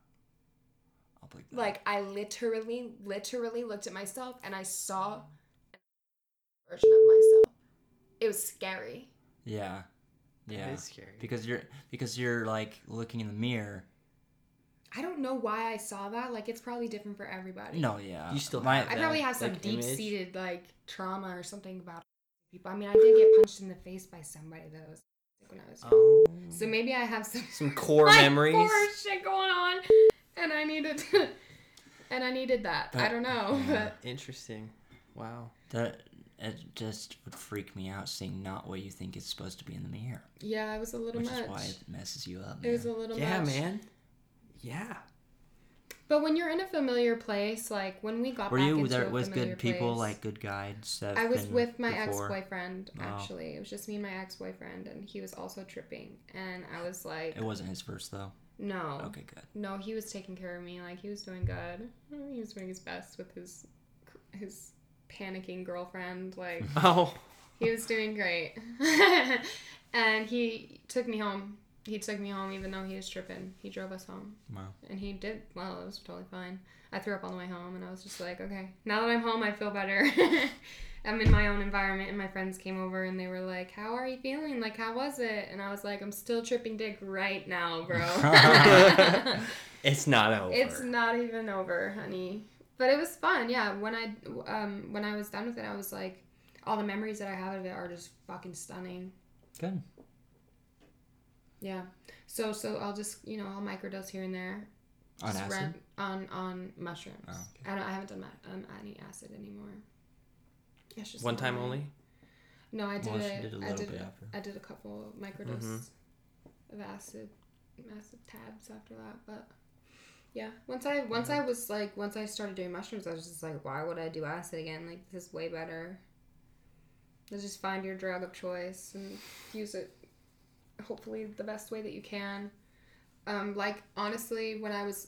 A: I'll bleep that.
C: like I literally, literally looked at myself and I saw a version of myself. It was scary.
A: Yeah, yeah.
B: That is scary.
A: Because you're because you're like looking in the mirror.
C: I don't know why I saw that. Like it's probably different for everybody.
A: No, yeah.
B: You still have
C: I
B: that,
C: probably have some
B: like,
C: deep
B: image?
C: seated like trauma or something about people. I mean, I did get punched in the face by somebody that was when I was young.
B: Oh.
C: So maybe I have some
B: Some core memories.
C: core shit going on, and I needed to, and I needed that. I
A: That-
C: don't know, but
B: Interesting. Wow.
A: That it just would freak me out seeing not what you think is supposed to be in the mirror,
C: yeah, it was a little
A: which
C: much.
A: is why it messes you up.
C: it was
A: man.
C: a little
B: Yeah,
C: much.
B: man. Yeah.
C: But when you're in a familiar place, like when we got
A: Were
C: back
A: you
C: into
A: there
C: a
A: with
C: familiar
A: good people,
C: place-
A: like good guides? that
C: I
A: have
C: was
A: been
C: with my
A: before? Oh.
C: ex-boyfriend
A: Wow.
C: actually. It was just me and my ex-boyfriend, and he was also tripping. And I was like,
A: It wasn't his first though.
C: no,
A: Okay, good.
C: no, he was taking care of me. Like he was doing good. He was doing his best with his his panicking girlfriend. Like
B: Oh.
C: he was doing great. and he took me home. He took me home even though he was tripping. He drove us home.
A: Wow.
C: And he did well, it was totally fine. I threw up on the way home and I was just like, okay, now that I'm home, I feel better. I'm in my own environment and my friends came over and they were like, how are you feeling? Like, how was it? And I was like, I'm still tripping dick right now, bro.
B: It's not over.
C: It's not even over, honey. But it was fun, yeah. When I um when I was done with it, I was like, all the memories that I have of it are just fucking stunning.
A: Good.
C: Yeah. So so I'll just you know I'll microdose here and there.
A: On
C: Just
A: acid.
C: ran- on on mushrooms.
A: Oh, okay.
C: I don't. I haven't done ma- um, any acid anymore. It's just
B: One
C: not
B: time
C: my-
B: only.
C: No, I did.
A: Well, she
C: a,
A: did a
C: I
A: little
C: did
A: bit after.
C: I did a couple microdose of acid, acid tabs after that. But yeah, once I once I was like once I started doing mushrooms, I was just like, why would I do acid again? Like this is way better. Let's just find your drug of choice and use it hopefully the best way that you can. Um, like honestly, when I was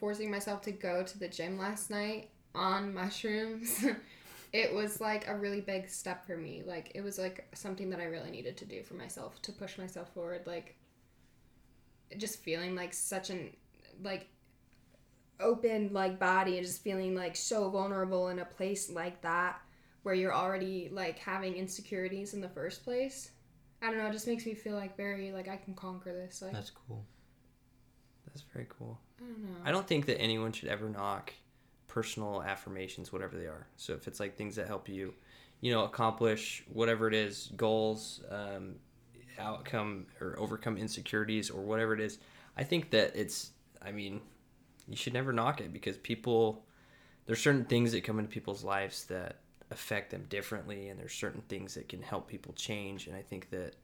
C: forcing myself to go to the gym last night on mushrooms, it was like a really big step for me. Like it was like something that I really needed to do for myself to push myself forward. Like just feeling like such an like open like body and just feeling like so vulnerable in a place like that where you're already like having insecurities in the first place. I don't know, it just makes me feel like very like I can conquer this. Like
A: That's cool.
B: That's very cool.
C: I don't know.
B: I don't think that anyone should ever knock personal affirmations, whatever they are. So if it's like things that help you, you know, accomplish whatever it is, goals, um, outcome, or overcome insecurities, or whatever it is, I think that it's. I mean, you should never knock it because people. There's certain things that come into people's lives that affect them differently, and there's certain things that can help people change. And I think that,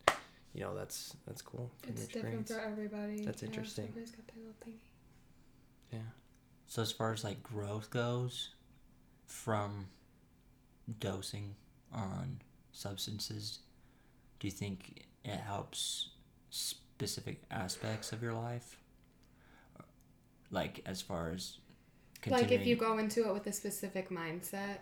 B: you know, that's that's cool. from
C: It's
B: your
C: different
B: experience.
C: for everybody.
B: That's interesting.
C: Everybody's got their little thingy.
B: yeah.
A: So as far as like growth goes, from dosing on substances, do you think it helps specific aspects of your life? Like as far as
C: Like if you
A: continuing-
C: go into it with a specific mindset,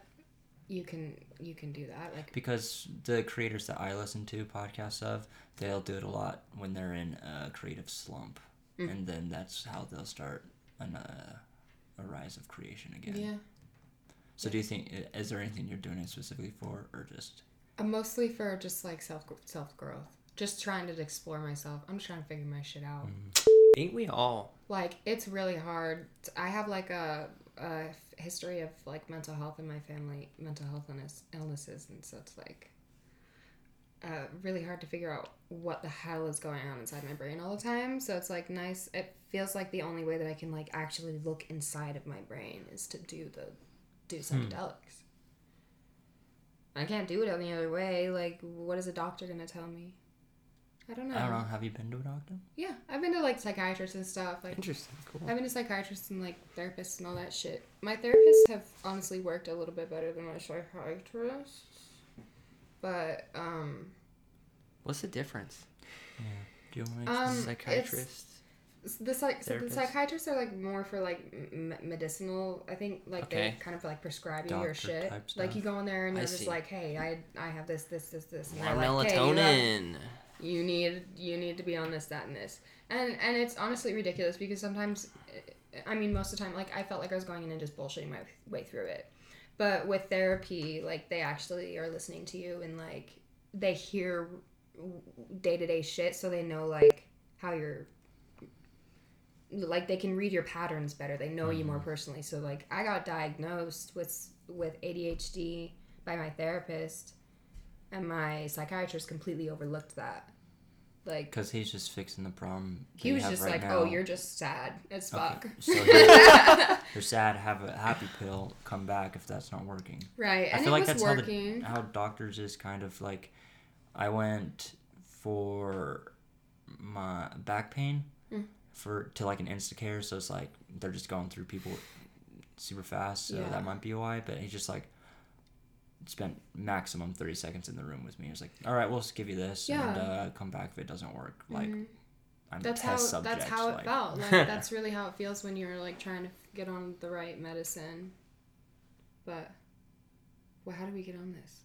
C: you can you can do that. Like
A: because the creators that I listen to podcasts of, they'll do it a lot when they're in a creative slump,
C: Mm.
A: and then that's how they'll start an, uh, a rise of creation again.
C: yeah.
A: So do you think is there anything you're doing it specifically for, or just
C: Uh, mostly for just like self self growth. Just trying to explore myself. I'm just trying to figure my shit out.
B: Ain't we all?
C: like it's really hard i have like a, a history of like mental health in my family mental health illness, illnesses and so it's like uh, really hard to figure out what the hell is going on inside my brain all the time so it's like nice it feels like the only way that i can like actually look inside of my brain is to do the
A: Hmm.
C: do psychedelics i can't do it any other way like what is a doctor gonna tell me i don't know
A: I don't know. Have you been to a doctor?
C: yeah i've been to like psychiatrists and stuff like
B: Interesting. Cool.
C: I've been to psychiatrists and like therapists and all that shit. My therapists have honestly worked a little bit better than my psychiatrists, but um,
B: What's the difference?
A: Do you want to?
C: um, it's-
B: Psychiatrist.
C: the, psych- so the
B: Therapist.
C: psychiatrists are like more for like m- m- medicinal. I think like
B: Okay.
C: they kind of like prescribe you
A: Doctor
C: your shit.
A: type stuff.
C: Like you go in there and
B: I
C: they're just
B: see.
C: like, hey, I I have this this this this. And
B: More
C: they're like, "Hey, you have-
B: melatonin.
C: you need you need to be on this that and this and and it's honestly ridiculous because sometimes eh, i mean most of the time like i felt like i was going in and just bullshitting my way through it but with therapy like they actually are listening to you and like they hear w- day-to-day shit so they know like how you're like they can read your patterns better they know you
A: Mm-hmm.
C: more personally so like i got diagnosed with with adhd by my therapist and my psychiatrist completely overlooked that like
A: Because he's just fixing the problem. that
C: he
A: you
C: was
A: have
C: just
A: right
C: like
A: now.
C: oh you're just sad as fuck
A: So you're, you're sad. Have a happy pill. Come back if that's not working.
C: right
A: I
C: and
A: feel like
C: it was
A: that's
C: working
A: how the, how doctors is kind of like. I went for my back pain
C: Hmm.
A: for to like an Instacare, so it's like they're just going through people super fast, so
C: Yeah.
A: that might be why. But he just like spent maximum thirty seconds in the room with me. He was like, "All right, we'll just give you this and
C: Yeah. Mm-hmm.
A: uh, come back if it doesn't work." Like I'm
C: that's
A: test
C: how
A: subject.
C: that's how it
A: like,
C: felt like that's really how it feels when you're like trying to get on the right medicine but well how do we get on this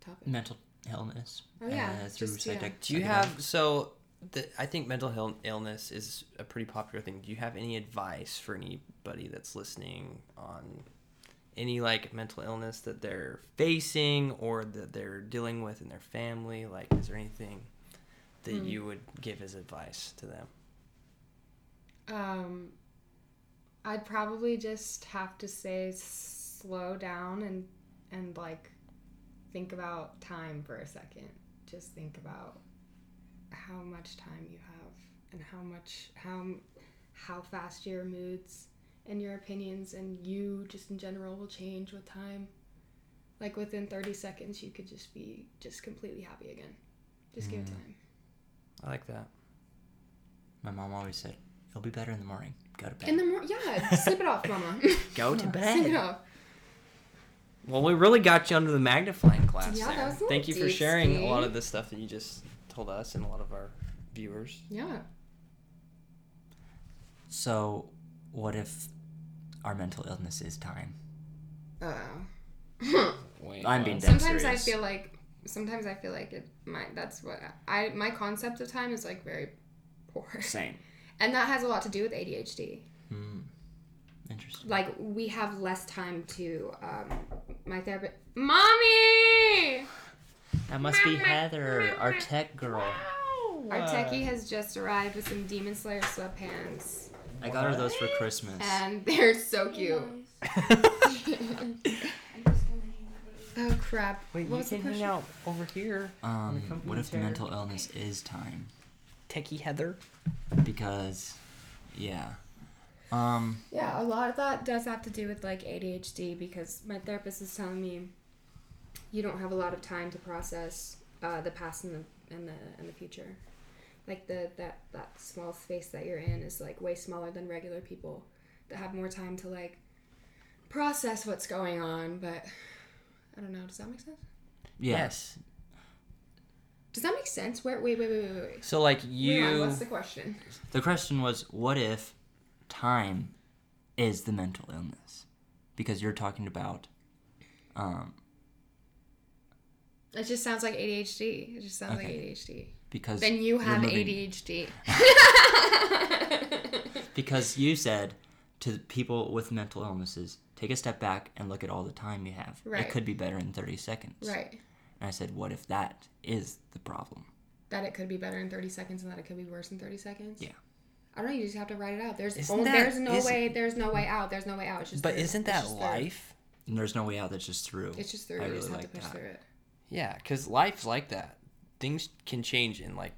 C: topic
A: mental illness.
C: Oh, yeah,
A: uh, through
C: just- yeah.
A: psychic-
B: Do you
A: psychedelic-
B: have so? The, I think mental health illness is a pretty popular thing. Do you have any advice for anybody that's listening on any like mental illness that they're facing or that they're dealing with in their family? Like, is there anything that you would give as advice to them?
C: Um, I'd probably just have to say slow down and and like think about time for a second. Just think about how much time you have and how much how how fast your moods and your opinions and you just in general will change with time. Like within 30 seconds you could just be just completely happy again. Just give it time.
B: I like that.
A: My mom always said, "It'll be better in the morning. Go to bed."
C: In the morning, yeah, slip it off, mama.
B: Go to
C: slip it
B: bed.
C: off.
B: Well, we really got you under the magnifying glass.
C: Yeah, that
B: there.
C: was a little
B: Thank you for
C: deep,
B: sharing a lot
C: Steve.
B: of the stuff that you just told us and a lot of our viewers.
C: Yeah.
A: So, what if our mental illness is time?
C: Uh,
B: Wait,
A: I'm being
B: what?
A: dead
C: sometimes I
A: serious.
C: feel like sometimes I feel like it. My that's what I my concept of time is like very poor,
A: Same.
C: and that has a lot to do with ADHD.
A: Interesting.
C: Like we have less time to. Um, my therapist, mommy.
A: That must be Heather, our tech girl.
C: Our techie has just arrived with some Demon Slayer sweatpants,
A: I got her those for Christmas.
C: and they're so cute. Oh crap!
B: Wait,
C: What
B: you
C: was the
B: can hang
C: question?
B: out over here.
A: Um,
B: company
A: what if the
B: chair.
A: mental illness is time?
B: Techie Heather.
A: Because, yeah. Um,
C: Yeah, a lot of that does have to do with like ADHD because my therapist is telling me you don't have a lot of time to process uh, the past and the and the and the future. Like the that that small space that you're in is like way smaller than regular people that have more time to like process what's going on. But I don't know. Does that make sense?
A: yeah.
B: Yes.
C: Does that make sense? Where, wait, wait, wait, wait, wait, wait.
B: So like
C: Hang on,
B: you.
C: what's the question?
A: The question was, what if time is the mental illness? Because you're talking about, um,
C: It just sounds like ADHD. It just sounds like
A: Okay.
C: ADHD.
A: because
C: Then you
A: you're
C: have
A: moving-
C: ADHD.
A: Because you said to people with mental illnesses, take a step back and look at all the time you have.
C: Right.
A: It could be better in 30 seconds.
C: right.
A: And I said, what if that is the problem?
C: That it could be better in 30 seconds and that it could be worse in 30 seconds?
A: Yeah.
C: I don't know. You just have to write it out. There's
B: Isn't
C: only,
B: that-
C: there's no
B: isn't-
C: way. There's no way out. There's no way out. It's just
B: But
C: through.
B: isn't
C: It's
B: that
C: just through.
B: life?
A: And there's no way out. That's just through.
C: It's just through.
A: I
C: you
A: really
C: just have
A: like
C: to push
A: that.
C: through it.
B: Yeah, because life's like that. Things can change in like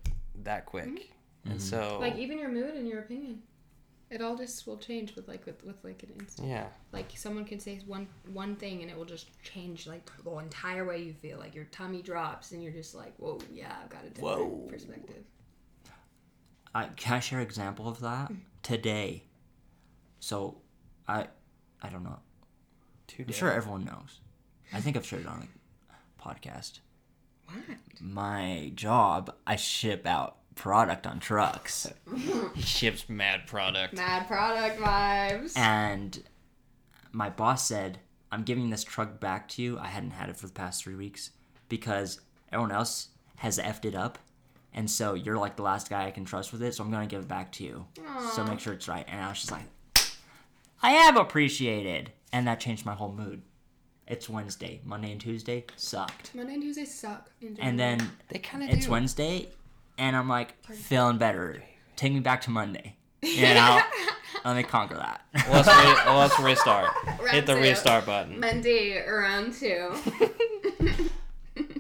B: that quick, and
A: Oh.
B: so
C: Like even your mood and your opinion, it all just will change with like with, with like an instant.
B: yeah.
C: Like someone can say one one thing and it will just change like the entire way you feel. Like your tummy drops and you're just like, whoa, yeah, I've got a different
B: Whoa.
C: perspective.
A: I, can I share an example of that
C: Mm.
A: today? So, I, I don't know.
B: Too
A: I'm sure everyone knows. I think I've shared it on a podcast.
C: What?
A: My job, I ship out product on trucks.
B: He ships mad product.
C: Mad product vibes.
A: And my boss said, I'm giving this truck back to you. I hadn't had it for the past three weeks because everyone else has effed it up. And so you're like the last guy I can trust with it. So I'm going to give it back to you. So make sure it's right. And I was just like, I am appreciated. And that changed my whole mood. It's Wednesday. Monday and Tuesday sucked.
C: Monday and Tuesday suck. in
A: And
C: general.
A: then
B: They kind of do.
A: it's Wednesday, and I'm like feeling better. Take me back to Monday. You know, let me conquer that.
B: Well, let's, re- well, let's restart. Hit
C: Round
B: the
C: two.
B: restart button.
C: Monday around two.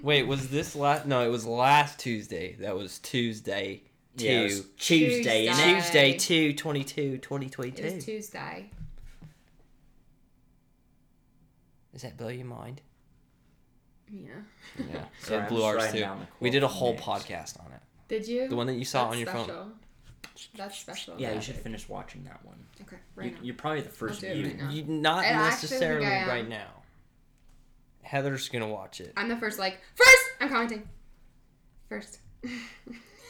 B: Wait, was this last? No, it was last Tuesday. That was Tuesday two.
A: Yeah, it was Tuesday,
C: Tuesday.
A: and
C: Tuesday.
B: Tuesday 2 22
C: It was
B: 2022.
C: Tuesday.
B: Does that blow your mind?
C: Yeah.
B: Yeah.
A: Sorry,
B: it
A: I'm
B: blew
A: just
B: ours
A: writing
B: too.
A: down the
B: We did a
A: quote
B: whole
A: names.
B: podcast on it.
C: Did you?
B: The one that you saw
C: That's
B: on your
C: special.
B: phone.
C: That's special.
A: Yeah, you should finish watching that one.
C: Okay, right
A: You,
C: now.
A: you're probably the first
C: do it
A: view.
C: right now. Yeah.
B: You, not
C: I actually think
B: necessarily
C: I am.
B: right now. Heather's gonna watch it.
C: I'm the first, like, first! I'm commenting. First.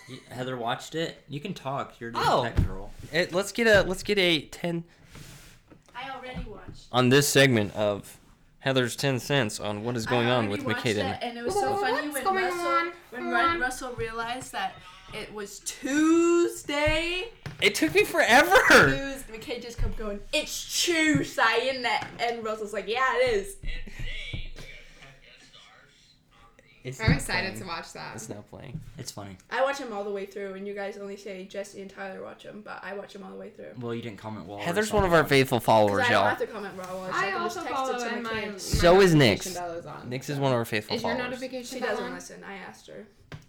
A: You- Heather watched it. You can talk. You're the
B: Oh.
A: tech girl.
B: Eh, let's get a let's get a ten
F: I already watched.
B: on this segment of Heather's ten cents on what is going
F: I
B: on
F: already
B: with
F: watched
B: Makeda.
F: it, And it was so
C: What's
F: funny when
C: going
F: Russell,
C: on?
F: when
C: Come
F: Ryan
C: on.
F: Russell realized that it was Tuesday.
B: It took me forever.
F: Tuesday. Makeda just kept going, "It's Tuesday, isn't it?" And Russell's like, "Yeah, it is."
B: It's
C: I'm
B: not
C: excited
B: playing.
C: to watch that.
B: It's not playing.
A: It's funny.
F: I watch him all the way through, and you guys only say Jesse and Tyler watch him, but I watch him all the way through.
A: Well, you didn't comment. While
B: Heather's one of our faithful followers,
F: Because I don't
B: y'all.
F: have to comment raw watch.
C: I
F: can
C: also
F: just text
C: follow
F: it to
C: and
F: my
C: my, my
F: kids.
B: So is
C: notification
B: Nick's.
C: bell is on.
B: Nix is one of our faithful
C: Is your
B: followers.
C: notification
F: She
C: bell
F: doesn't
C: on?
F: listen. I asked her.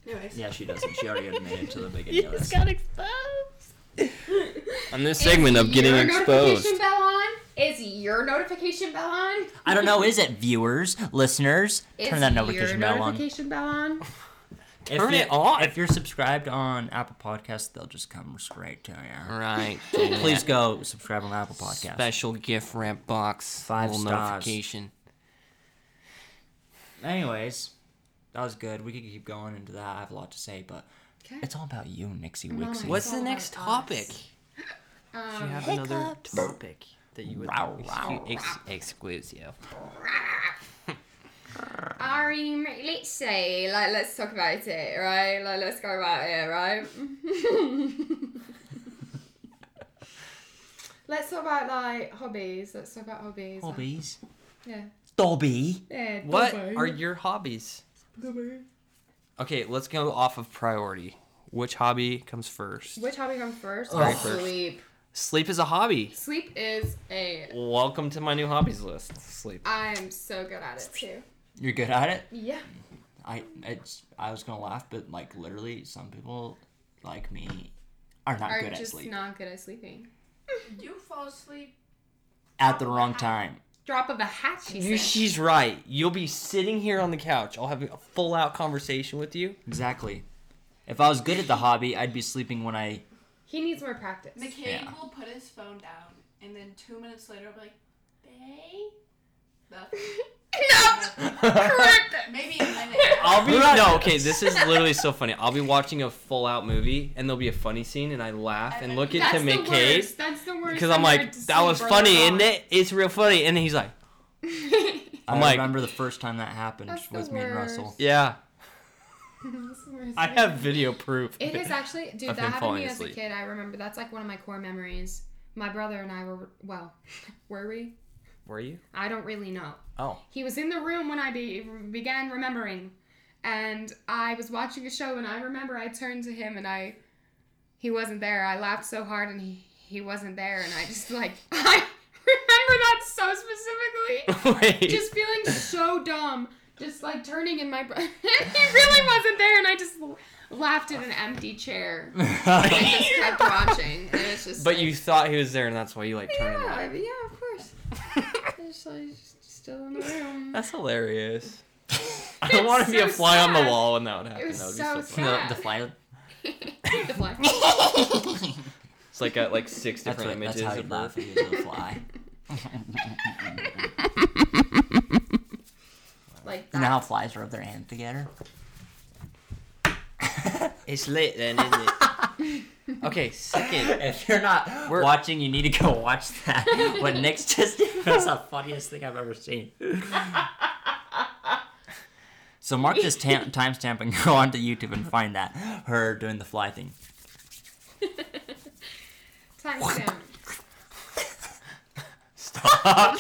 F: Anyways.
A: Yeah, she doesn't. She already admitted to the beginning of this.
F: exposed.
B: on this
C: Is
B: segment of getting
C: your
B: exposed.
C: Notification bell on? Is your notification bell on?
A: I don't know. Is it viewers, listeners?
C: Is
A: Turn that
C: your
A: notification bell on.
C: notification bell on?
A: If
B: Turn
A: you-
B: it on.
A: If you're subscribed on Apple Podcasts, they'll just come straight to you.
B: Right.
A: Please go subscribe on Apple Podcasts.
B: Special gift wrap box.
A: Five
B: little
A: stars.
B: notification.
A: Anyways, that was good. We could keep going into that. I have a lot to say, but
C: Okay.
A: It's all about you, Nixie
C: Mama.
A: Wixie.
B: What's
C: It's
B: the
C: all
B: next
C: about
B: topic?
C: us.
B: Do you have another topic that you would
A: Row, row,
B: ex- excludes you?
C: Um, let's say, like, let's talk about it, right? Like, let's go about it, right? let's talk about like hobbies. Let's talk about hobbies.
A: Hobbies.
C: Yeah.
A: Dobby.
C: Yeah.
B: What
G: Bye-bye.
B: are your hobbies?
G: The
B: Okay, let's go off of priority. Which hobby comes first?
C: Which hobby comes first?
B: Alright, first.
C: sleep.
B: Sleep is a hobby.
C: Sleep is a.
B: Welcome to my new hobbies list. Sleep.
C: I'm so good at it too.
A: You're good at it.
C: Yeah.
A: I it's I was gonna laugh, but like literally, some people like me are not
C: Are
A: good at
C: just
A: sleep
C: not good at sleeping.
F: You fall asleep.
A: at the wrong time.
C: Drop of a hat. She
B: You,
C: said.
B: she's right. You'll be sitting here on the couch. I'll have a full out conversation with you.
A: Exactly. If I was good at the hobby, I'd be sleeping when I.
C: he needs more practice.
F: McCabe
A: Yeah.
F: will put his phone down, and then two minutes later, I'll be like, "Babe." Nothing.
C: no. Correct.
F: Maybe a minute.
B: I'll be no. Okay, this is literally so funny. I'll be watching a full out movie, and there'll be a funny scene, and I laugh and look
C: That's
B: into
C: the
B: McCabe
C: worst. That's the worst.
B: because I'm like, that was funny, isn't it? It's real funny. And he's like,
C: it?
A: i
B: I'm like-
A: remember the first time that happened
C: That's the
A: was me and Russell.
C: worst.
B: yeah,
C: That's the worst
B: I
C: thing.
B: have video proof.
C: It is actually, dude.
B: I've
C: that
B: been
C: happened to
B: falling
C: me as a
B: asleep.
C: kid. I remember that's like one of my core memories. My brother and I were well, were we?
B: Were you?
C: I don't really know.
B: Oh,
C: He was in the room when I be, began remembering, and I was watching a show. And I remember I turned to him and I, he wasn't there. I laughed so hard and he he wasn't there. And I just like I remember that so specifically.
B: wait.
C: just feeling so dumb, just like turning in my. Br- he really wasn't there, and I just l- laughed at an empty chair. I just kept watching, and it's just.
B: but
C: like,
B: you thought he was there, and that's why you like turned.
C: Yeah,
B: him
C: I mean, yeah, of course. It's just, like, just still in the room.
B: That's hilarious. I
C: It's
B: want to be
C: so
B: a fly on
C: sad.
B: the wall when that would happen.
C: was
B: that would
C: so
B: be so
C: sad.
B: funny.
A: The, the fly.
C: The fly.
B: It's like got like six
A: That's,
B: different
A: what, that's
B: images
A: how you
B: of
A: laugh
B: her.
A: at the fly.
C: like
A: You
C: that.
A: know how flies rub their hands together?
B: It's lit then, isn't it? okay, second.
A: If you're not watching, you need to go watch that. what Nick's just did was the funniest thing I've ever seen. so mark this tam- timestamp and go onto YouTube and find that her doing the fly thing.
C: Time stamp.
B: Stop.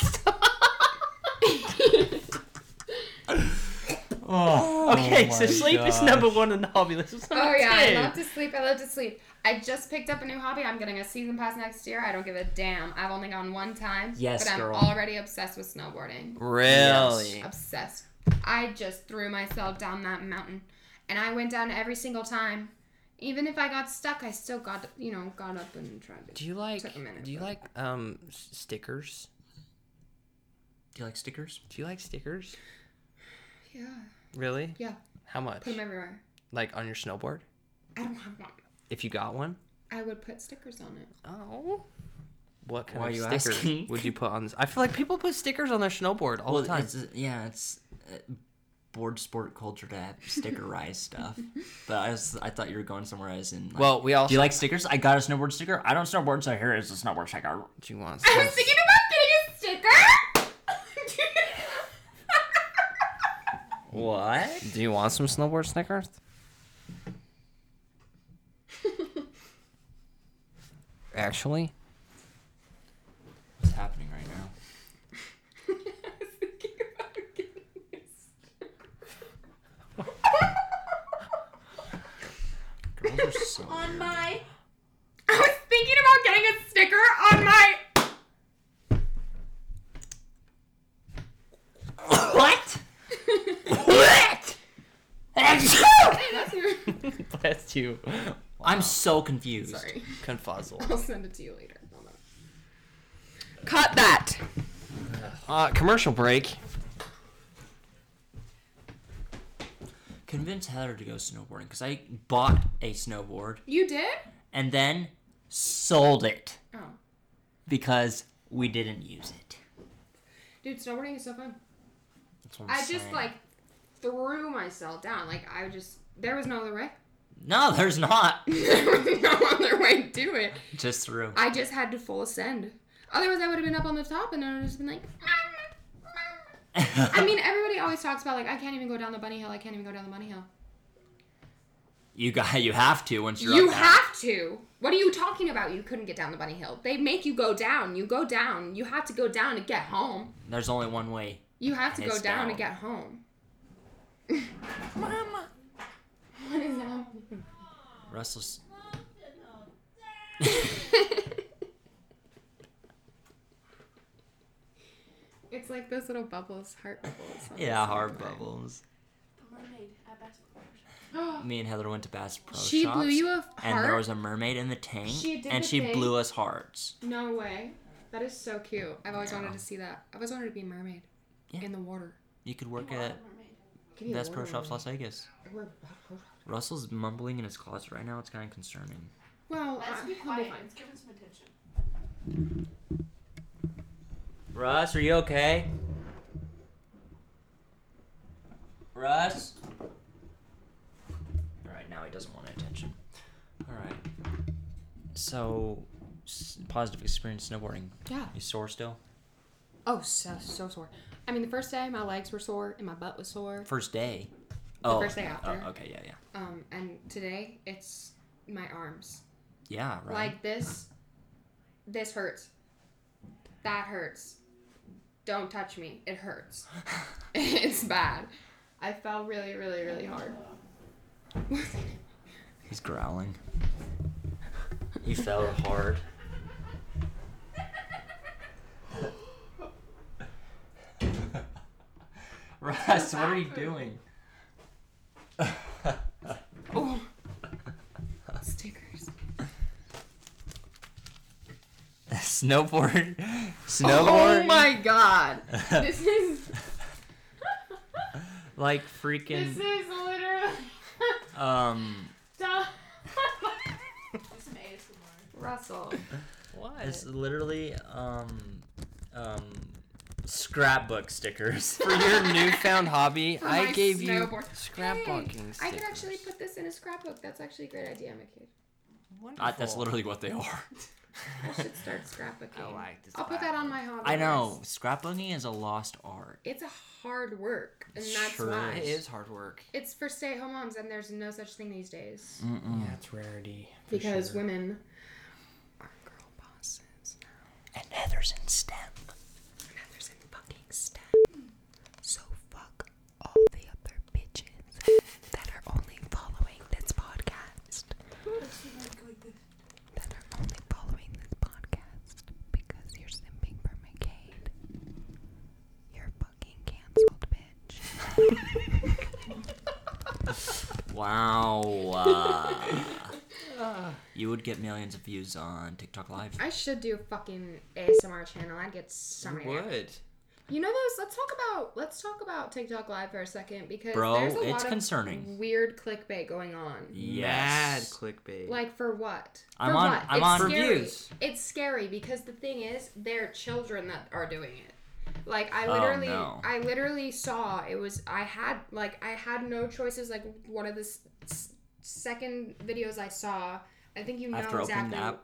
A: Oh,
B: Okay,
A: my
B: so sleep is
A: gosh.
B: number one on the hobby list. What's
C: Oh
B: number
C: yeah, I
B: 10?
C: love to sleep. I love to sleep. I just picked up a new hobby. I'm getting a season pass next year. I don't give a damn. I've only gone one time.
A: Yes,
C: but I'm
A: girl.
C: already obsessed with snowboarding.
B: Really?
C: obsessed. I just threw myself down that mountain, and I went down every single time. Even if I got stuck, I still got you know got up and tried to.
B: Do you like?
C: Took a minute,
B: do you
C: but-
B: like um s- stickers?
A: Do you like stickers?
B: Do you like stickers?
C: Yeah,
B: Really?
C: yeah.
B: How much?
C: Put them everywhere.
B: Like on your snowboard?
C: I don't have one.
B: If you got one?
C: I would put stickers on it.
B: Oh. What kind
A: Why
B: of
A: you
B: sticker
A: asking?
B: would you put on this? I feel like people put stickers on their snowboard all the time.
A: It's, yeah, it's uh, board sport culture to have stickerized stuff. But I, was, I thought you were going somewhere as in. Like,
B: Well, we also
A: do you like stickers? I got a snowboard sticker. I don't snowboard, so here is a snowboard sticker.
B: Do you want?
C: I was thinking about getting a sticker.
A: What?
B: Do you want some snowboard Snickers? Actually,
A: What's happening right now?
C: I was thinking about getting a sticker.
A: Girls are so.
F: On my.
C: I was thinking about getting a sticker on my.
A: what? what?
C: That's your...
B: bless you.
A: I'm so confused.
C: Sorry,
B: Confuzzle.
C: I'll send it to you later. Hold on.
F: Cut that.
B: Uh, commercial break.
A: Convince Heather to go snowboarding because I bought a snowboard
C: You did?
A: and then sold it
C: Oh,
A: because we didn't use it.
C: dude, snowboarding is so fun.
A: That's what I'm
C: I just
A: saying.
C: like threw myself down. Like I just there was no other way.
A: No, there's not.
C: there was no other way to do it.
A: Just through.
C: I just had to full send. Otherwise, I would have been up on the top and I would have just been like. "Mm." I mean, everybody always talks about like I can't even go down the bunny hill. I can't even go down the bunny hill.
A: you got. You have to once you're.
C: You
A: up there.
C: have to. What are you talking about? You couldn't get down the bunny hill. They make you go down. You go down. You have to go down to get home.
A: There's only one way.
C: You have to
A: And
C: go
A: it's
C: down, to
A: down.
C: get home. Mama. What is happening?
A: Russell's.
C: it's like those little bubbles, heart bubbles. on
A: Yeah,
C: the
A: hard
C: side.
A: bubbles.
F: The mermaid at basketball.
A: Me and Heather went to Bass Pro
C: She
A: Shops.
C: blew you a heart.
A: and there was a mermaid in the tank,
C: She did
A: and
C: the
A: she
C: thing.
A: blew us hearts.
C: no way. That is so cute. I've always wanted to see that. I've always wanted to be a mermaid
A: Yeah.
C: in the water.
A: You could work
F: You are
A: at
F: the mermaid.
C: Give me a
A: Bass Pro
C: water
A: Shops
C: mermaid.
A: Las Vegas. Russell's mumbling in his closet right now. It's kind of concerning.
C: Well,
F: Let's
C: uh,
F: be
C: he'll
F: quiet.
C: be fine.
F: Let's give him some attention.
A: Russ, are you okay? Russ? Alright, now he doesn't want attention. Alright. So, s- positive experience snowboarding.
C: Yeah.
A: You sore still?
C: Oh, so so sore. I mean, the first day my legs were sore and my butt was sore.
A: First day.
C: The first day after.
A: Oh, okay, yeah, yeah.
C: Um, and today it's my arms.
A: Yeah, right.
C: Like this, this hurts. That hurts. Don't touch me. It hurts. it's bad. I fell really, really, really hard.
A: He's growling. He fell hard. Russ, what are you doing?
C: oh, stickers.
A: snowboard. Snowboard.
C: Oh my god. This is
A: like
C: this
A: freaking
C: is literally.
A: um
F: Do some ASMR.
C: Russell.
A: what? It's literally um um scrapbook stickers.
B: For your newfound hobby,
C: For
B: I
C: my
B: gave you
C: snowboard.
B: scrapbooking stickers.
C: I could actually put this in a scrapbook. That's actually a great idea, McKay.
A: Uh, that's literally what they are.
C: I should start scrapbooking.
B: I like this
C: I'll put that on my hobby.
A: I know.
C: list.
A: Scrapbooking is a lost art.
C: It's a hard work, and that's
A: Sure
C: why.
B: It is hard work.
C: It's for stay-at-home moms, and there's no such thing these days
A: Mm-mm.
B: Yeah, it's rarity. Mm, for
C: because
B: sure.
C: women are girl bosses now.
A: And Heather's in STEM.
C: And Heather's in fucking STEM. So fuck all the other bitches that are only following this podcast. That are only following this podcast because you're simping for McCade. You're fucking canceled, bitch.
A: Wow. Uh, you would get millions of views on TikTok Live.
C: I should do a fucking ASMR channel. I'd get so
B: You
C: many.
B: would.
C: You know those? Let's talk about let's talk about TikTok Live for a second because
A: Bro,
C: there's a
A: it's
C: lot of
A: concerning.
C: weird clickbait going on.
B: Mad
A: Yes.
B: clickbait.
C: Like for what?
A: I'm
C: for
A: on-
C: What?
A: I'm
C: it's
A: on- For
C: scary.
B: views.
C: It's scary because the thing is, they're children that are doing it. Like I
A: Oh,
C: literally,
A: no.
C: I literally saw it was. I had like I had no choices. Like one of the s- s- second videos I saw, I think you know
A: After opening
C: exactly.
A: the app?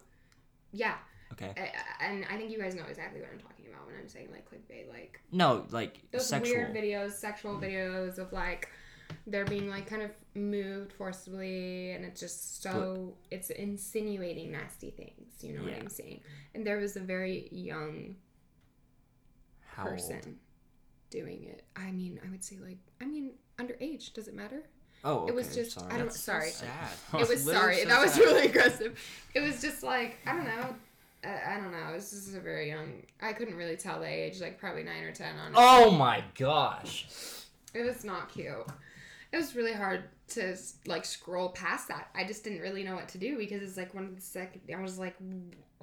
C: Yeah,
A: Okay.
C: I- I- and I think you guys know exactly what I'm talking about when I'm saying like clickbait, like
A: No, like
C: those
A: sexual. Mm-hmm.
C: weird videos, sexual videos of like they're being like kind of moved forcibly, and it's just so it's insinuating nasty things. You know
A: Yeah.
C: what I'm saying? And there was a very young
A: How old?
C: person doing it. I mean, I would say like I mean underage. Does it matter?
A: Oh,
C: It was
A: okay,
C: just-
A: sorry.
C: I don't-
B: That's so
C: sorry.
B: sad.
C: it was
B: literally
C: sorry
B: so
C: that was
B: sad.
C: really aggressive it was just like i don't know I, I don't know this is a very young i couldn't really tell the age like probably 9 or 10 on
A: Oh my gosh.
C: it was not cute it was really hard to like scroll past that i just didn't really know what to do because it's like one of the second i was like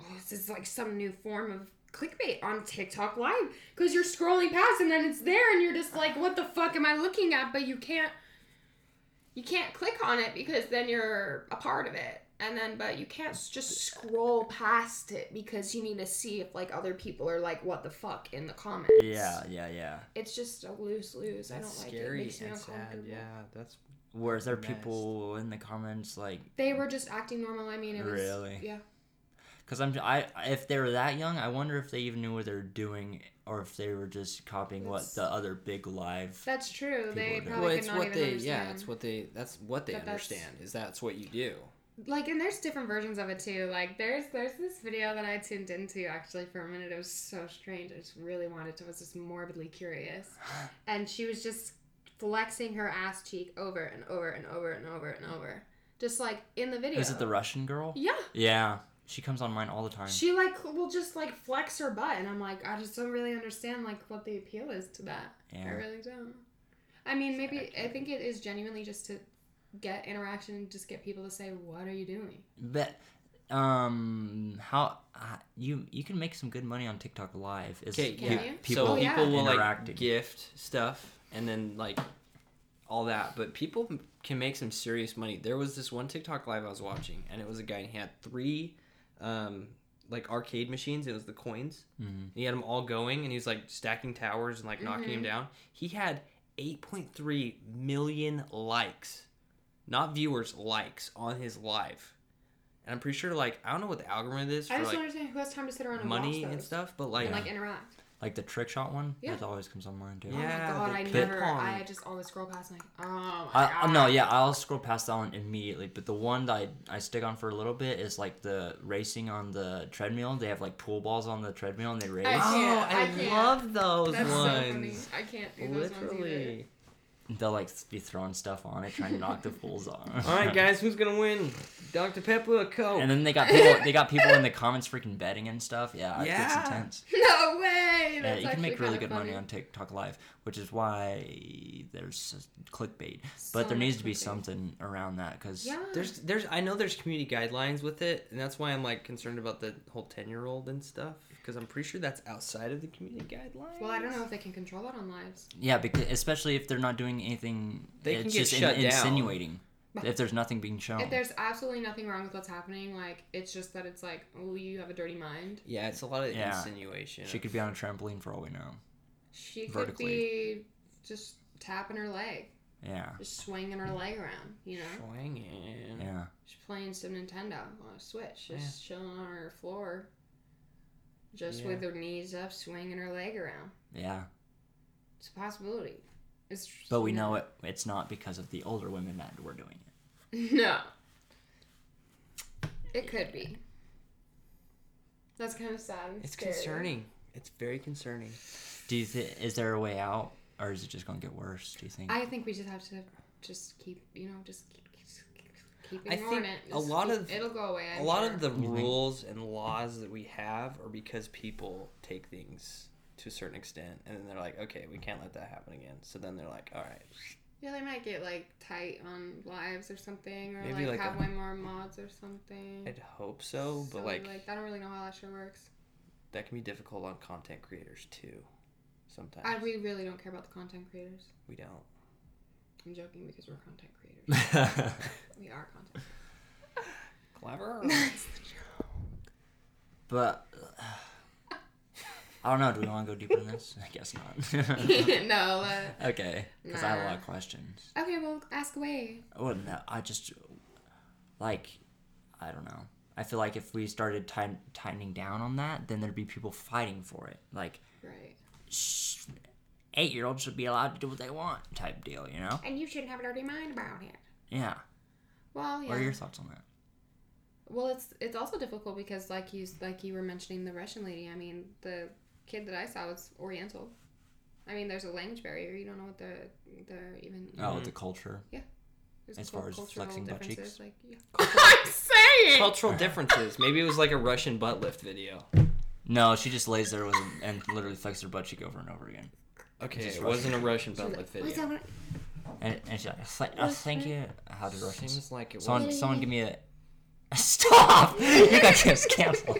C: oh, this is like some new form of clickbait on tiktok live because you're scrolling past and then it's there and you're just like what the fuck am i looking at but you can't you can't click on it because then you're a part of it and then but you can't s- just scroll past it because you need to see if like other people are like what the fuck in the comments
A: Yeah, yeah, yeah.
C: it's just a lose lose i don't
B: That's
C: like it. it
B: scary
C: makes me
B: and
C: uncomfortable
B: sad. Yeah, that's
A: Were there
B: Messed.
A: people in the comments like?
C: They were just acting normal. I mean, it was
A: Really?
C: yeah.
A: Because I'm I if they were that young, I wonder if they even knew what they were doing, or if they were just copying what
C: That's-
A: the other big live.
C: That's true.
A: People
C: They
A: don't.
C: probably
B: Well,
C: could
B: it's
C: not
B: what
C: even
B: they
C: understand.
B: yeah, it's what they that's what they
C: But that's-
B: understand is that's what you do.
C: like and there's different versions of it too like there's there's this video that i tuned into actually for a minute it was so strange i just really wanted to I was just morbidly curious and she was just flexing her ass cheek over and over and over and over and over just like in the video
A: Is it the Russian girl?
C: yeah
A: Yeah, she comes on mine all the time.
C: she like will just like flex her butt and i'm like i just don't really understand like what the appeal is to that i
A: Yeah.
C: really don't i mean maybe i think it is genuinely just to get interaction and just get people to say what are you doing
A: But um, how uh, you you can make some good money on TikTok Live? Is
B: Okay,
C: Can
B: yeah.
C: you?
B: People,
C: Oh, yeah.
B: people will
A: Interacting.
B: like gift stuff and then like all that, but people m- can make some serious money. There was this one TikTok live I was watching, and it was a guy and he had three um, like arcade machines. It was the coins.
A: Mhm.
B: He had them all going, and he was like stacking towers and like knocking
C: Mm-hmm.
B: them down. He had 8.3 million likes, not viewers, likes on his live. And I'm pretty sure, like, I don't know what the algorithm is
C: I
B: for
C: just
B: like
C: don't understand who has time to sit around and
B: money
C: watch
B: and
C: those.
B: stuff, but
C: and
B: like,
C: like interact.
A: like the trick shot one?
C: Yeah.
A: That always comes on mine too.
B: Yeah.
C: oh my god,
B: the
C: I
B: ping
C: never.
B: pong.
C: I just always scroll past and like, oh my
A: I,
C: god.
A: no, yeah, I'll scroll past that one immediately. But the one that I, I stick on for a little bit is like the racing on the treadmill. They have like pool balls on the treadmill and they race.
C: I can't, I can't.
B: Oh, love those
C: That's so funny.
B: ones.
C: I can't do those ones either.
B: Literally.
A: They'll like be throwing stuff on it, trying to knock the fools on.
B: All right, guys, who's gonna win, Dr. Pepper or Coke?
A: And then they got people. They got people in the comments freaking betting and stuff. Yeah, it
B: Yeah.
A: gets intense.
C: No way.
A: Yeah,
C: That's
A: you can make
C: actually
A: really
C: kinda
A: good money
C: funny.
A: on TikTok Live, which is why there's s- clickbait. But
C: So
A: there needs
C: much
A: to be
C: clickbait.
A: something around that because
C: Yeah.
B: there's, there's, I know there's community guidelines with it, and that's why I'm like concerned about the whole ten-year-old and stuff, because I'm pretty sure that's outside of the community guidelines.
C: well, I don't know if they can control that on lives.
A: yeah, because especially if they're not doing anything,
B: They
A: it's
B: can get
A: just in-
B: shut down.
A: insinuating. If there's nothing being shown,
C: If there's absolutely nothing wrong with what's happening, like it's just that it's like, oh, you have a dirty mind.
B: Yeah, it's a lot of
A: Yeah.
B: insinuation.
A: she could be on a trampoline for all we know.
C: She could
A: Vertically.
C: be just tapping her leg,
A: Yeah,
C: just swinging her leg around. You know,
B: Swinging.
A: yeah.
C: she's playing some Nintendo on a Switch, just chilling on her floor, just
B: Yeah.
C: with her knees up, swinging her leg around.
A: Yeah,
C: It's a possibility. It's just-
A: but we know it. It's not because of the older women that we're doing it.
C: No. It could be. That's kind of sad. and
B: It's
C: scary.
B: concerning. It's very concerning.
A: Do you think is there a way out, or is it just gonna get worse? Do you think?
C: I think we just have to just keep, you know, just keep, just keep, keep
B: I
C: ignoring
B: think
C: it.
B: a
C: Just
B: lot
C: keep-
B: of-
C: it'll go away.
B: a
C: I'm
B: lot
C: sure.
B: of the
A: think?
B: rules and laws that we have are because people take things to a certain extent and then they're like okay we can't let that happen again so then they're like all right
C: yeah, they might get like tight on lives or something, or
B: Maybe, like,
C: like, have
B: a-
C: way more mods or something.
B: i'd hope so but
C: So,
B: like,
C: I don't really know how that shit works.
B: that can be difficult on content creators too sometimes
C: I, we really don't care about the content creators.
B: we don't
C: I'm joking because we're content creators.
A: but
C: we are content.
B: clever
A: uh, I don't know. Do we want to go deeper in this? I guess not.
C: creators. no. Uh,
A: okay, because I have a lot
C: Nah.
A: of questions.
C: Okay, well, ask away.
A: Well, no, I just like I don't know. I feel like if we started tight- tightening down on that, then there'd be people fighting for it. Like
C: Right.
A: sh- eight-year-olds should be allowed to do what they want, type deal. You know?
C: And you shouldn't have a dirty mind about it.
A: Yeah.
C: Well, yeah.
A: What are your thoughts on that?
C: Well, it's it's also difficult because, like you like you were mentioning the Russian lady. I mean, the kid that I saw was Oriental. I mean, there's a language barrier. You don't know what they're they're even.
A: Oh,
B: Mhm.
A: the culture.
C: there's
A: as
C: cul-
A: far as
C: cultural
A: flexing butt cheeks?
C: differences, Like, yeah. I'm saying.
B: cultural differences maybe it was like a russian butt lift video
A: No, she just lays there with and literally flexes her butt cheek over and over again.
B: okay
A: Just
B: it
A: Russian.
B: wasn't a russian
C: She's
B: butt
C: like,
B: lift
C: "What's
B: video
C: that one?"
A: And, and she's like, "Th- uh, thank you. How did Russians?
B: seems like it was
A: Someone, someone give me a. Stop! You got to cancel.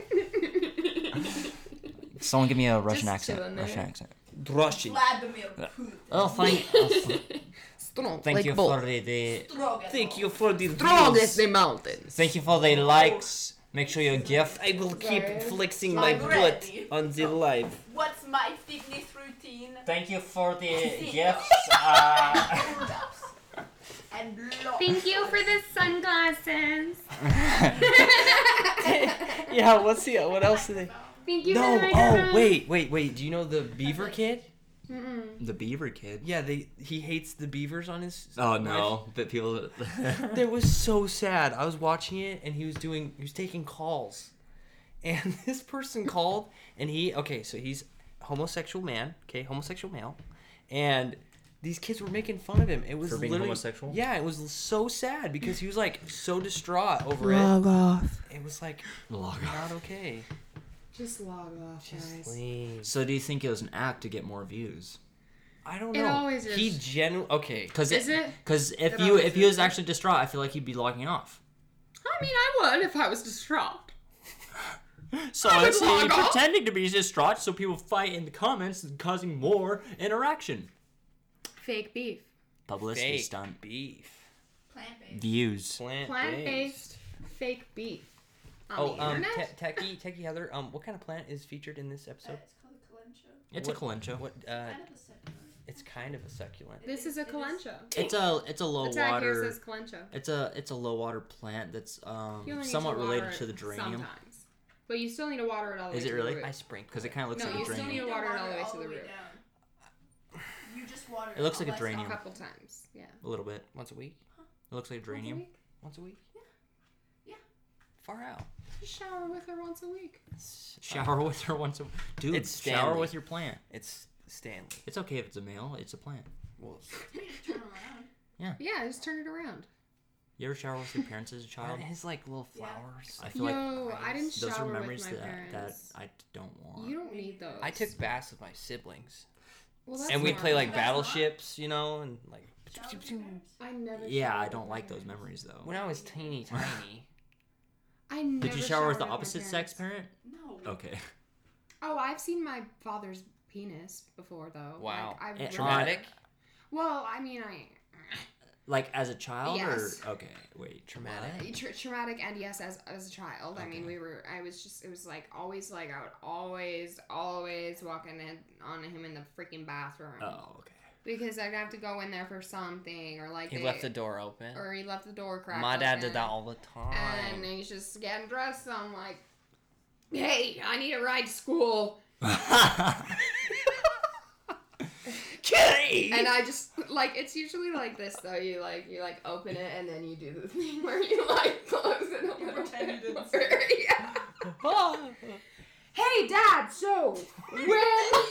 A: Someone give me a Russian
C: Just
A: accent.
C: chillin' there.
A: Russian accent.
B: russian
F: Vladimir Putin.
A: Oh, thank, oh, th-
C: Strong
A: thank
C: like
A: you
C: bull.
A: for the, the
F: Droga.
B: thank you for the
C: Strong
B: views.
C: as the mountains.
A: thank you for the likes. Make sure you gift.
B: i will keep
C: Sorry.
B: flexing my
F: I'm
B: butt
F: ready.
B: on the live
F: What's my fitness routine?
A: Thank you for the
F: See.
A: gifts. Uh,
F: Pull-ups. and lost.
H: Thank you for the sunglasses.
B: yeah, let's see what else do they.
H: Thank you
B: No,
H: for the
B: oh wait, wait, wait. Do you know the Beaver Kid?
A: The beaver kid.
B: Yeah, they he hates the beavers on his. uh,
A: Oh no, but people.
B: That was so sad. I was watching it and he was doing he was taking calls. And this person called and he okay, so he's homosexual man, okay, homosexual male. And these kids were making fun of him. It was
I: For being
B: literally-
I: homosexual?
B: Yeah, it was so sad because he was like so distraught over it.
G: off.
B: It was like
A: Log off.
B: not okay.
C: Just log off,
B: Just
C: guys.
B: leave.
A: So do you think it was an act to get more views?
B: I don't
C: It
B: know.
C: always is.
B: He genu okay.
A: Because
C: Is it?
A: Because if
C: It
A: you
C: always
A: if he was
C: is.
A: actually distraught, I feel like he'd be logging off.
C: I mean, I would if I was distraught.
A: So
C: would
A: it's
C: log off.
A: pretending to be distraught, so people fight in the comments, causing more interaction.
C: Fake beef.
A: Publicity
B: Fake
A: stunt.
B: beef.
F: Plant based.
A: Views.
B: Plant
C: Plant-based.
B: based.
C: Fake beef. On
B: Oh,
C: the
B: um,
C: internet?
B: Te- Techie, Techie Heather, um, what kind of plant is featured in this
F: Uh,
B: episode?
F: it's called a calentia.
A: It's a calentia.
B: What? Uh,
F: Kind of a succulent.
B: it's kind of a succulent.
C: this is a calentia.
A: It's a it's a low
C: The tag here
A: water.
C: says calentia.
A: It's a it's a low water plant that's um
C: You only need
A: somewhat
C: to
A: related
C: water
A: to
C: it
A: the geranium
C: Sometimes. But you still need to water it all the
A: Is
C: way
A: it
C: to
A: really?
C: the root.
B: I sprinkle
A: because it kind of looks
C: No,
A: like a
C: you still
A: geranium.
C: need to water it all the way to the root.
F: down. You just water
A: It looks like a
F: all by
A: geranium.
C: a
F: itself.
C: couple times. Yeah.
A: a little bit.
B: once a week.
A: It looks like a geranium.
C: Once
B: Once a week.
F: Yeah.
B: Far out.
C: a week. Just shower with her once a week.
A: Shower with her once a dude.
B: It's
A: shower
B: Stanley.
A: with your plant.
B: It's Stanley.
A: It's okay if it's a male. It's a plant.
B: Well,
F: You need to turn around.
C: Yeah, just turn it around.
A: You ever shower with your parents as a child?
B: aren't his like little
F: Yeah.
B: flowers.
A: I feel like
C: No, I didn't
A: those are
C: shower with
A: memories
C: my
A: that that
C: parents.
A: I don't want.
C: You don't need those.
B: I took baths with my siblings,
C: Well, that's
B: and we'd play like
C: normal.
F: That's not-
B: battleships, you know, and like.
F: Shower with your parents.
C: I never.
A: yeah,
C: showered
A: I
C: with
A: don't
C: my
A: like those
C: parents.
A: memories though.
B: When I was teeny tiny,
C: I never
A: Did you shower with the
C: showered my
A: opposite sex
C: parents.
A: parent?
F: No.
A: Okay.
C: Oh, I've seen my father's penis before though.
B: Wow.
C: Like, I've
A: Eh,
C: really-
B: traumatic,
C: Well, I mean, I
A: Like as a child
C: Yes.
A: or okay, wait, traumatic.
C: tra- traumatic and yes, as as a child. I mean,
A: Okay.
C: we were. I was just. It was like always like I would always always walking in on him in the freaking bathroom
A: Oh, okay.
C: because I'd have to go in there for something or like
B: he
C: they-
B: left the door open.
C: or he left the door cracked.
B: My dad did
C: open.
B: that all the time.
C: And he's just getting dressed. So I'm like, hey, I need a ride to school.
B: Kitty.
C: And I just like it's usually like this though. You like you like open it and then you do the thing where you like close it. a little
F: pretend you
C: bit
F: didn't
C: more. Yeah. Hey, Dad. So when
B: Why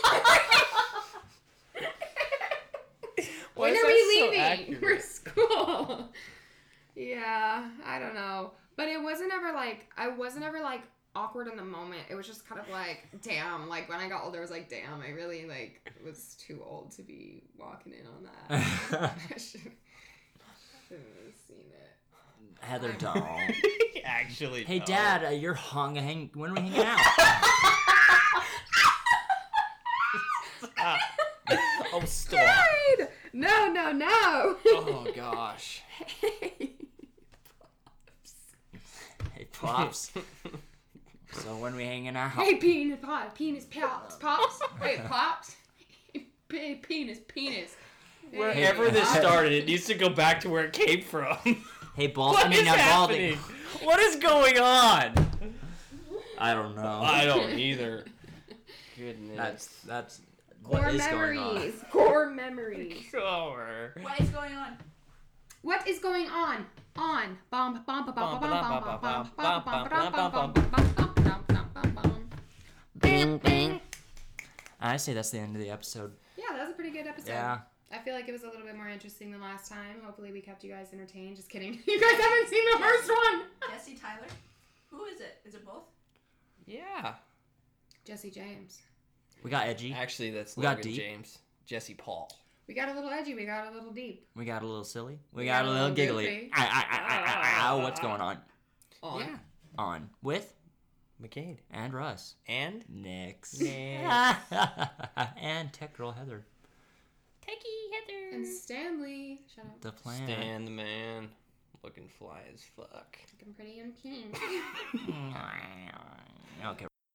C: when
B: is
C: are
B: that so
C: we leaving for
B: accurate?
C: school? yeah, I don't know. But it wasn't ever like I wasn't ever like awkward in the moment. It was just kind of like, damn. Like when I got older, I was like, damn. I really like was too old to be walking in on that. I should have seen it.
A: Heather doll.
B: Actually,
A: Hey
C: Oh.
B: no.
A: dad, uh, you're hung hang when are we hanging out?
B: Ah. oh, stop.
C: Dude! No, no, no.
B: Oh gosh. Oh.
A: hey pops. so when we hanging out?
C: Hey, penis pop, penis pops, pops. Hey, pops. Hey, penis, penis.
A: uh,
B: Wherever this started, it needs to go back to where it came from.
A: Hey balls,
B: what
A: I mean
B: is
A: not balding.
B: happening? What is going on?
A: I don't know.
B: I don't either. Goodness.
A: That's that's
C: Core
A: what is going on.
C: memories. Core memories.
B: Cover.
F: What is going on?
C: What is going on? On. Bomb, bomb, bomb, bomb, bomb, bomb, bomb, bomb, bomb, bomb, bomb, bomb, bomb, bomb, bomb, bomb, bomb.
A: I say that's the end of the episode.
C: Yeah, that was a pretty good episode.
A: Yeah.
C: I feel like it was a little bit more interesting than last time. Hopefully, we kept you guys entertained. Just kidding. You guys haven't seen the first one.
F: Jesse Tyler? Who is it? Is it both?
B: Yeah.
C: Jesse James.
A: We got edgy.
B: Actually, that's
A: We got
B: Logan
A: deep.
B: James. Jesse Paul.
C: We got a little edgy. We got a little deep.
A: We got a little silly. We got a little Oh. giggly.
C: goofy.
A: I, I, I, I, I, what's going on?
C: On.
B: Yeah.
A: On with
B: McCade.
A: and Russ.
B: And
A: Next.
B: Nix.
A: and Tech Girl Heather.
C: And Stanley. Shut up.
A: The plan.
B: Stan the man. Looking fly as fuck.
C: Looking pretty and pink.
A: Okay.